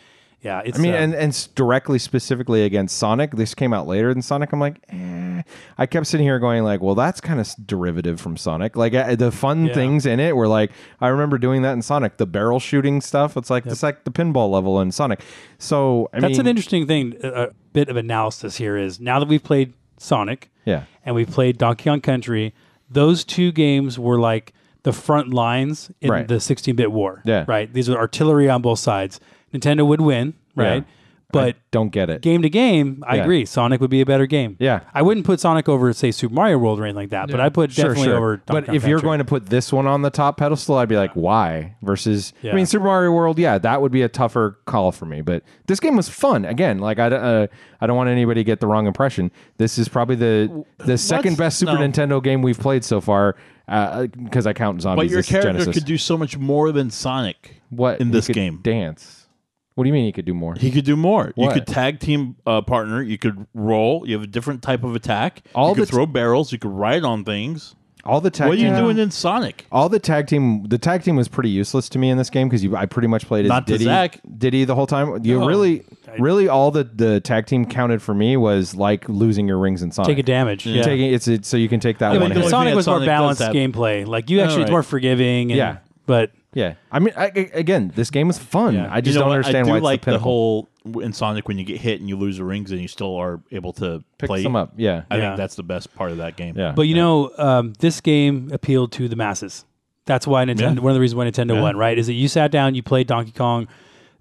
yeah, it's
I mean,
uh,
and, and s- directly specifically against Sonic, this came out later than Sonic. I'm like, eh. I kept sitting here going like, well, that's kind of derivative from Sonic. Like uh, the fun
Yeah.
things in it were like, I remember doing that in Sonic, the barrel shooting stuff. It's like it's like the pinball level in Sonic. So I
that's
mean,
an interesting thing. A, a bit of analysis here is now that we've played Sonic,
Yeah.
and we've played Donkey Kong Country. Those two games were like the front lines in
Right.
the 16-bit war.
Yeah.
right. These were artillery on both sides. Nintendo would win, right? But
don't get it.
game to game, I
Yeah.
agree. Sonic would be a better game.
Yeah.
I wouldn't put Sonic over, say, Super Mario World or anything like that, but I put
Sure,
definitely
sure.
over. Donkey
but
Kong
if you're
Country.
going to put this one on the top pedestal, I'd be like, why? Versus, I
Yeah.
mean, Super Mario World, yeah, that would be a tougher call for me. But this game was fun. Again, like I, don't- uh, I don't want anybody to get the wrong impression. This is probably the the second best Super
No.
Nintendo game we've played so far. uh, Because I count zombies.
But your
as
character
Genesis.
could do so much more than Sonic.
what
in
He
this
could
game?
Dance. What do you mean he could do more?
He could do more. You
What?
could tag team uh, partner. You could roll. You have a different type of attack.
All
you
the
could
t-
throw barrels. You could ride on things.
all the tag
What are you
team-
doing in Sonic?
all the tag team, the tag team was pretty useless to me in this game because I pretty much played as
Not to
Diddy,
Zach.
Diddy the whole time. You really, really, all the the tag team counted for me was like losing your rings in Sonic.
take a damage, yeah.
Taking it's it, so you can take that
Yeah,
one.
but
the
hit.
Sonic
only thing
was
that
more
Sonic
balanced
does that-
gameplay. Like you actually, it's
right.
more forgiving. And,
Yeah.
but
yeah, I mean, I, I- again, this game is fun. I just
You know
don't
what?
understand
I do
why it's
like
the, pinnacle.
whole in Sonic when you get hit and you lose the rings and you still are able to
Picks
play
them up. Yeah,
I
Yeah.
think that's the best part of that game.
yeah.
But you know, um, this game appealed to the masses. That's why Nintendo.
Yeah.
One of the reasons why Nintendo won, right? Is that you sat down, you played Donkey Kong.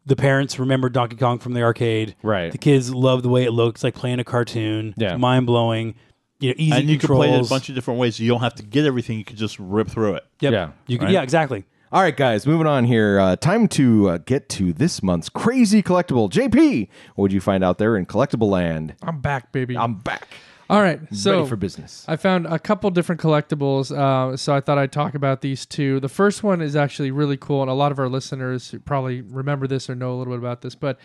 The parents remembered Donkey Kong from the arcade.
Right.
The kids loved the way it looked, like playing a cartoon.
Yeah.
Mind blowing. You know, easy
and you could
controls.
play it a bunch of different ways. You don't have to get everything. You could just rip through it.
Yep.
Yeah.
You could,
Right?
Yeah. Exactly.
all right, guys, moving on here. Uh, time to uh, get to this month's crazy collectible. JP, what would you find out there in collectible land?
I'm back, baby.
I'm back,
All right. So
ready for business.
I found a couple different collectibles, uh, so I thought I'd talk about these two. The first one is actually really cool, and a lot of our listeners who probably remember this or know a little bit about this. But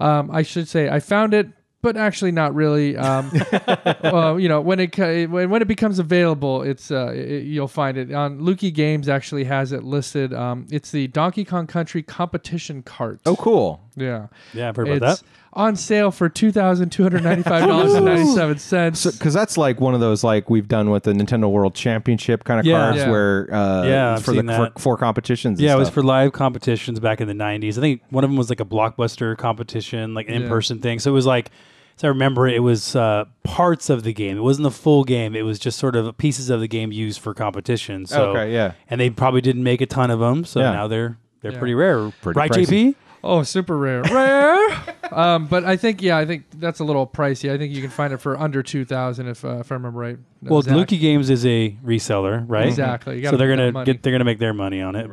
um, I should say I found it, but actually not really. Um, well, you know, when it ca- when, when it becomes available, it's uh, it, you'll find it on Lukey Games. Actually, has it listed. Um, it's the Donkey Kong Country competition cart.
oh, cool.
yeah,
Yeah. I've heard
it's
about that.
on sale for two thousand two hundred ninety five dollars and ninety seven cents.
because that's like one of those like we've done with the Nintendo World Championship kind of
Yeah.
cards
Yeah.
where uh,
Yeah, I've
for the for,
seen that.
four competitions. and
Yeah, it was
stuff.
for live competitions back in the '90s. I think one of them was like a blockbuster competition, like an in-person thing. So it was like, as I remember, it was uh, parts of the game. It wasn't the full game. It was just sort of pieces of the game used for competition. So
Okay, yeah.
and they probably didn't make a ton of them. So
Yeah.
now they're they're
Yeah.
pretty rare,
Pretty
right?
pricey.
JP,
Oh, super rare, rare. um, but I think yeah, I think that's a little pricey. I think you can find it for under two thousand if uh, if I remember right. No,
well,
Zach.
Lukey Games is a reseller, right?
Exactly. You
So
gotta
they're
make that
gonna
money.
get they're gonna make their money on it,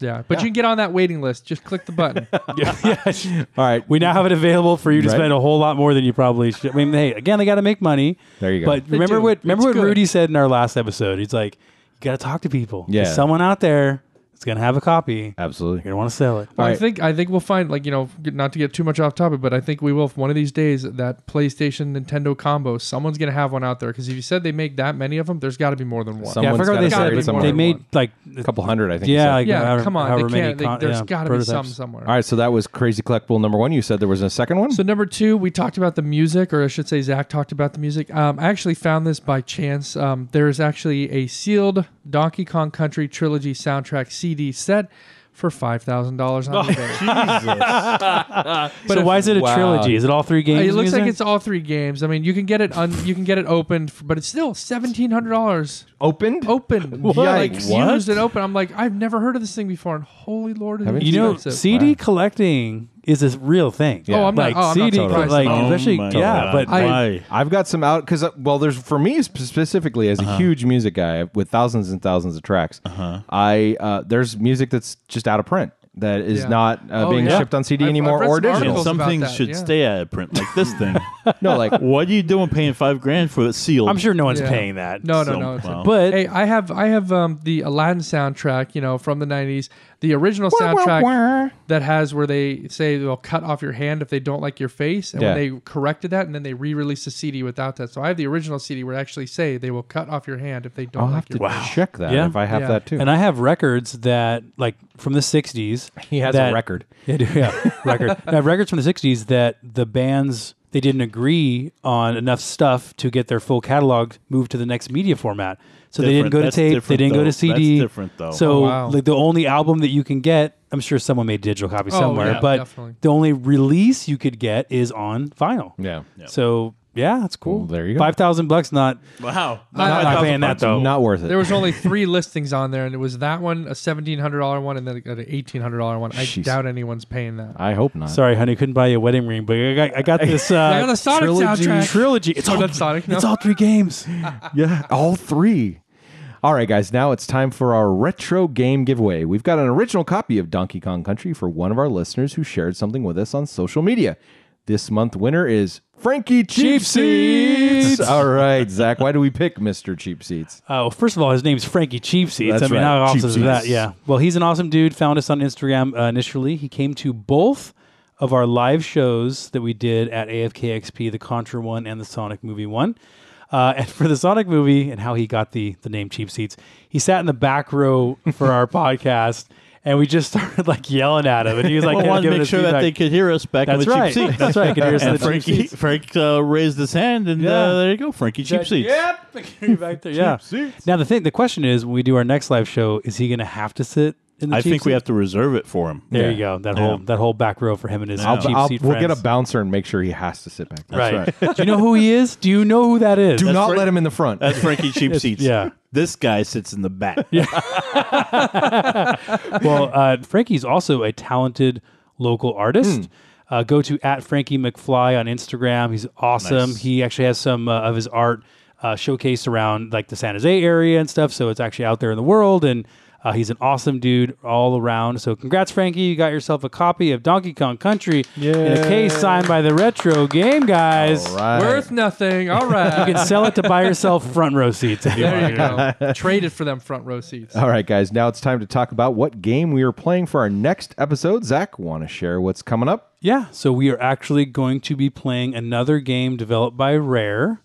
yeah, but you can get on that waiting list. Just click the button.
but yeah, yeah.
all right.
We now have it available for you to
Right.
spend a whole lot more than you probably should. I mean, hey, again, they got to make money.
There you go.
But
They
remember
do.
what remember
It's
what
good.
Rudy said in our last episode. He's like, you got to talk to people.
Yeah.
There's someone out there that's gonna have a copy.
Absolutely.
You're gonna want to sell it.
Well, I
right.
think I think we'll find like you know g- not to get too much off topic, but I think we will one of these days that PlayStation Nintendo combo. Someone's gonna have one out there because if you said they make that many of them, there's got to be more than one.
Some-
yeah, I
Someone's
forgot what
gotta
they
start
said, but
somewhere.
they made like
A couple hundred, I think. you said.
yeah, like,
yeah,
however-
come on,
however
they
many
can't. They,
con-
there's
yeah,
got to be some
prototypes.
somewhere.
all right. So that was crazy collectible number one. You said there was a second one.
So number two, we talked about the music, or I should say, Zach talked about the music. Um, I actually found this by chance. Um, there is actually a sealed Donkey Kong Country trilogy soundtrack CD set for five thousand dollars on eBay. Uh,
so
if-
why is it a
wow.
trilogy? Is it all three games?
it looks
Muser?
like it's all three games. I mean, you can get it un- you can get it opened, f- but it's still seventeen hundred dollars
Opened?
open.
What?
Like
What?
used and open. I'm like, I've never heard of this thing before. And holy lord, it is
Haven't
you know
expensive.
CD collecting is a real thing.
Yeah.
Oh, I'm
like
not. Oh, I'm
CD,
not surprised.
like
at all.
Oh
especially
my
yeah,
God.
but
I-
why?
I've got some out because uh, well, there's for me sp- specifically as
Uh-huh.
a huge music guy with thousands and thousands of tracks. I uh, there's music that's just out of print that is
Yeah.
not uh,
Oh,
being
yeah.
shipped on CD
I've- I've
anymore
read
or
some
digital.
And
articles
some
about
things
that,
should
yeah.
stay out of print, like this thing.
No, like
what are you doing paying five grand for a seal?
I'm sure no one's
Yeah.
paying that.
No, no,
So,
no. it's-
wow.
But
hey, I have I have um, the Aladdin soundtrack, you know, from the '90s, the original soundtrack that has where they say they'll cut off your hand if they don't like your face, and
Yeah.
when they corrected that, and then they re-released the CD without that. So I have the original CD where they actually say they will cut off your hand if they don't
I'll
like
have
your
to
face.
check that
Yeah.
if I have
Yeah.
that too.
and I have records that like from the '60s.
he has
that-
a record.
Yeah, dude, yeah, record. I have records from the '60s that the bands they didn't agree on enough stuff to get their full catalog moved to the next media format. So they didn't
Different.
go to
That's
tape. They
different,
didn't go
though.
to
That's
CD.
different, though.
So
Oh, wow.
like the only album that you can get, I'm sure someone made digital copy
Oh,
somewhere,
yeah,
but
definitely.
the only release you could get is on vinyl.
Yeah.
So yeah, that's cool.
Well, there you go.
Five thousand bucks, not
wow.
not,
I-
not paying that though.
Not worth it.
There was only three listings on there, and it was that one, a seventeen hundred dollar one, and then an eighteen hundred dollar one. I
Jeez.
doubt anyone's paying that.
I hope not.
Sorry, honey, couldn't buy you a wedding ring, but I got, I got this uh,
I got the Sonic
trilogy.
soundtrack.
Trilogy. It's
Oh,
all
not Sonic, no.
It's all three games.
Yeah, all three. All right, guys, now it's time for our retro game giveaway. We've got an original copy of Donkey Kong Country for one of our listeners who shared something with us on social media. This month winner is Frankie Cheap,
Cheap
Seats.
Seats.
All right, Zach, why do we pick Mr. Cheap Seats?
Oh, first of all, his name's Frankie Cheapseats.
That's
I mean,
right,
how awesome is
Cheapseats.
that? Yeah. Well, he's an awesome dude. Found us on Instagram uh, initially. He came to both of our live shows that we did at AFKXP, the Contra one and the Sonic movie one. Uh, and for the Sonic movie and how he got the the name Cheap Seats, he sat in the back row for our podcast, and we just started like yelling at him, and he was like,
I
kind of
wanted to
giving
make
us
sure that
feedback.
they could hear us back
That's
in the
right.
cheap seats.
That's right. Could hear us in the
and
cheap
Frankie,
seats.
Frank uh, raised his hand, and
Yeah.
uh, there you go, Frankie cheap seats.
Yep. back there. Yeah.
seats.
Now the thing, the question is, when we do our next live show, is he going to have to sit in the?
I
cheap
think we
seat?
have to reserve it for him.
There you
Yeah.
go. That whole that whole back row for him and his cheap
I'll-
seat
we'll
friends.
get a bouncer and make sure he has to sit back there.
right. Do you know who he is? Do you know who that is?
Do not
right.
let him in the front.
That's Frankie cheap seats.
yeah.
This guy sits in the back.
well, uh, Frankie's also a talented local artist.
Hmm.
Uh, go to at Frankie McFly on Instagram. He's awesome. He actually has some uh, of his art uh, showcased around like the San Jose area and stuff. So it's actually out there in the world. And uh, he's an awesome dude all around. So congrats, Frankie. You got yourself a copy of Donkey Kong Country in a case signed by the Retro Game Guys.
All right.
Worth nothing. All
You
right.
can sell it to buy yourself front row seats if you want.
there you go. Traded for them front row seats.
All right, guys, now it's time to talk about what game we are playing for our next episode. Zach, want to share what's coming up?
Yeah, so we are actually going to be playing another game developed by Rare.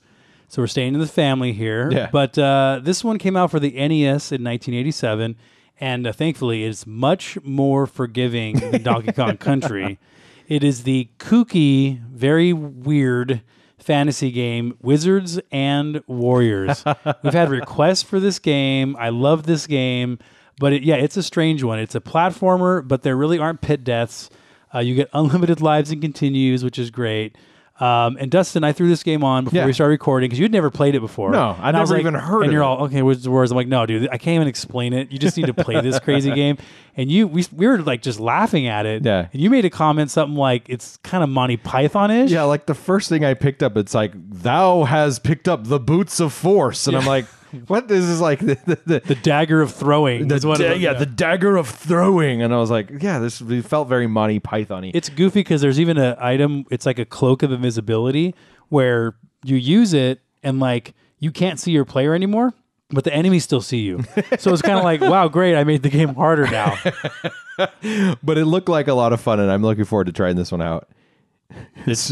So we're staying in the family here.
Yeah.
But uh, this one came out for the NES in 1987, and uh, thankfully it's much more forgiving than Donkey Kong Country. It is the kooky, very weird fantasy game Wizards and Warriors. We've had requests for this game. I love this game, but it, yeah, it's a strange one. It's a platformer, but there really aren't pit deaths. Uh, you get unlimited lives and continues, which is great. Um, and Dustin, I threw this game on before
Yeah.
we started recording because you'd never played it before.
No, I
And was
never even heard
And
of
you're
it.
all okay. Wizards of Wars. I'm like, no, dude, I can't even explain it. You just need to play this crazy game. And you, we, we were like just laughing at it.
Yeah.
And you made a comment something like it's kind of Monty Python ish.
Yeah, like the first thing I picked up, it's like thou has picked up the boots of force, and I'm like, what? This is like the the, the,
The dagger of throwing.
the
is one of
da-
them.
yeah, the dagger of throwing, and I was like, yeah, this it felt very Monty Pythony.
It's goofy because there's even an item. It's like a cloak of invisibility where you use it and like you can't see your player anymore, but the enemies still see you. So it's kind of like, wow, great! I made the game harder now.
but it looked like a lot of fun, and I'm looking forward to trying this one out.
It's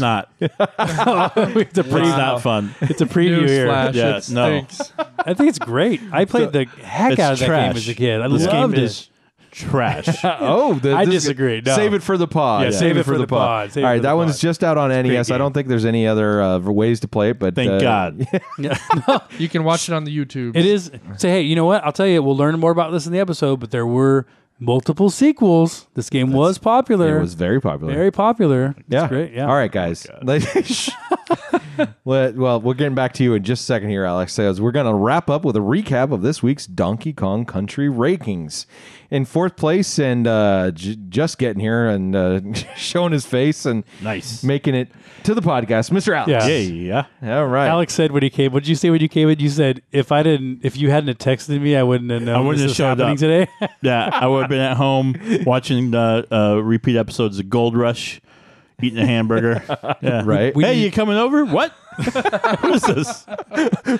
not. It's
it's a preview.
not fun.
It's a preview here.
Newsflash.
Yeah,
it
no.
stinks.
I think it's great. I played the heck
It's
out of that
trash.
game as a kid. I
this
loved
game
it.
is trash.
Oh, the,
I
this-
disagree, no.
Save it for the pod.
Yeah, save it for the pod, save
All
it
right,
for the
that one's
pod.
just out on NES. I
game.
don't think there's any other uh, ways to play it, but
Thank
uh,
God.
You can watch it on the YouTube.
It is. Say, hey, you know what? I'll tell you. We'll learn more about this in the episode. But there were multiple sequels. This game was popular.
It was very popular.
very popular. It's
yeah.
great. Yeah. Oh
All right, guys. well, well, we're getting back to you in just a second here, Alex. Says we're going to wrap up with a recap of this week's Donkey Kong Country rankings. In fourth place, and uh, j- just getting here and uh, showing his face and
Nice.
making it to the podcast, Mr. Alex.
Yeah.
Yeah, yeah.
All right.
Alex said when he came. What did you say when you came in? You said if I didn't, if you hadn't have texted me, I wouldn't have known.
wouldn't
this was
have showed
happening
up.
today.
Yeah, I would have been at home watching uh, uh, repeat episodes of Gold Rush, eating a hamburger. Yeah.
Right.
hey, you coming over? What? what is this?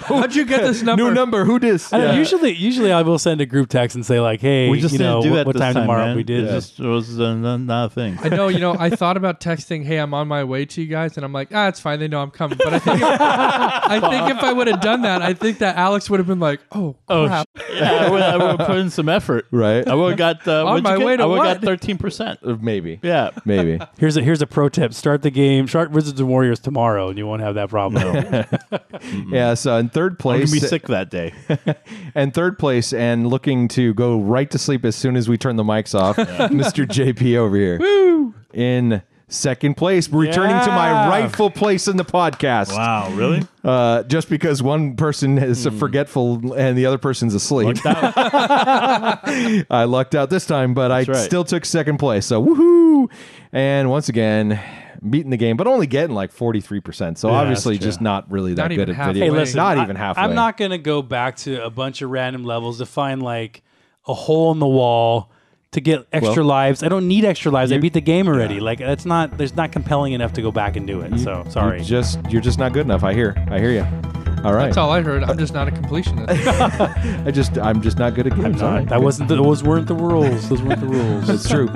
How'd you get this number?
New number. Who dis?
I
Yeah.
don't- Usually, usually I will send a group text and say like, "Hey,
We just
you
didn't
know,
do
what,
that
what
this
time,
time,
tomorrow
man.
we did."
It just was uh, not not a thing.
I know, you know, I thought about texting, "Hey, I'm on my way to you guys," and I'm like, "Ah, it's fine. They know I'm coming." But I think, I think if I would have done that, I think that Alex would have been like, "Oh, crap.
yeah, I would, I would have put in some effort.
Right.
I would have got uh,
On
what'd you
my
get?
way to
I would have
what?
got thirteen percent.
Maybe.
Yeah.
Maybe.
Here's a here's a pro tip: start the game, start Wizards and Warriors tomorrow, and you won't have that problem.
yeah. So in third
I'm
place,
gonna be sick that day.
and third place, and looking to go right to sleep as soon as we turn the mics off, Mr. JP over here. Woo! In second place, returning to my
Yeah.
rightful place in the podcast.
Wow, really?
Uh, just because one person is
Hmm.
forgetful and the other person's asleep. I lucked out this time, but I
right.
still took second place. So woohoo! And once again, beating the game, but only getting like forty three percent. So obviously,
that's true.
just not really that
Not
good
even
at
halfway.
video.
Hey,
games.
listen,
not
I-
even halfway.
I'm not gonna go back to a bunch of random levels to find like a hole in the wall to get extra lives. I don't need extra lives. I beat the game already. Like that's not there's not compelling enough to go back and do it. so sorry.
You're just you're just not good enough. I hear. I hear you. All right.
That's all I heard. I'm just not a completionist."
I just I'm just not good at games.
All
am
right, that wasn't the, those weren't the rules. Those weren't the rules.
It's true.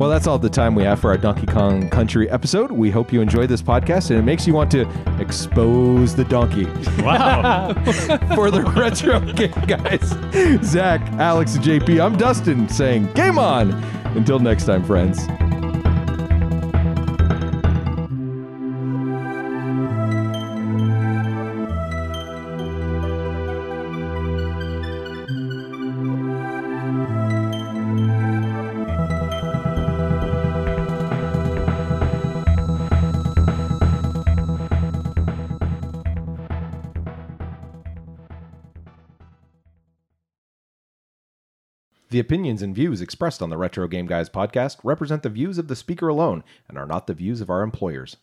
Well, that's all the time we have for our Donkey Kong Country episode. We hope you enjoyed this podcast and it makes you want to expose the donkey
Wow.
for the retro game, guys. Zach, Alex, and JP, I'm Dustin saying game on. Until next time, friends. The opinions and views expressed on the Retro Game Guys podcast represent the views of the speaker alone and are not the views of our employers.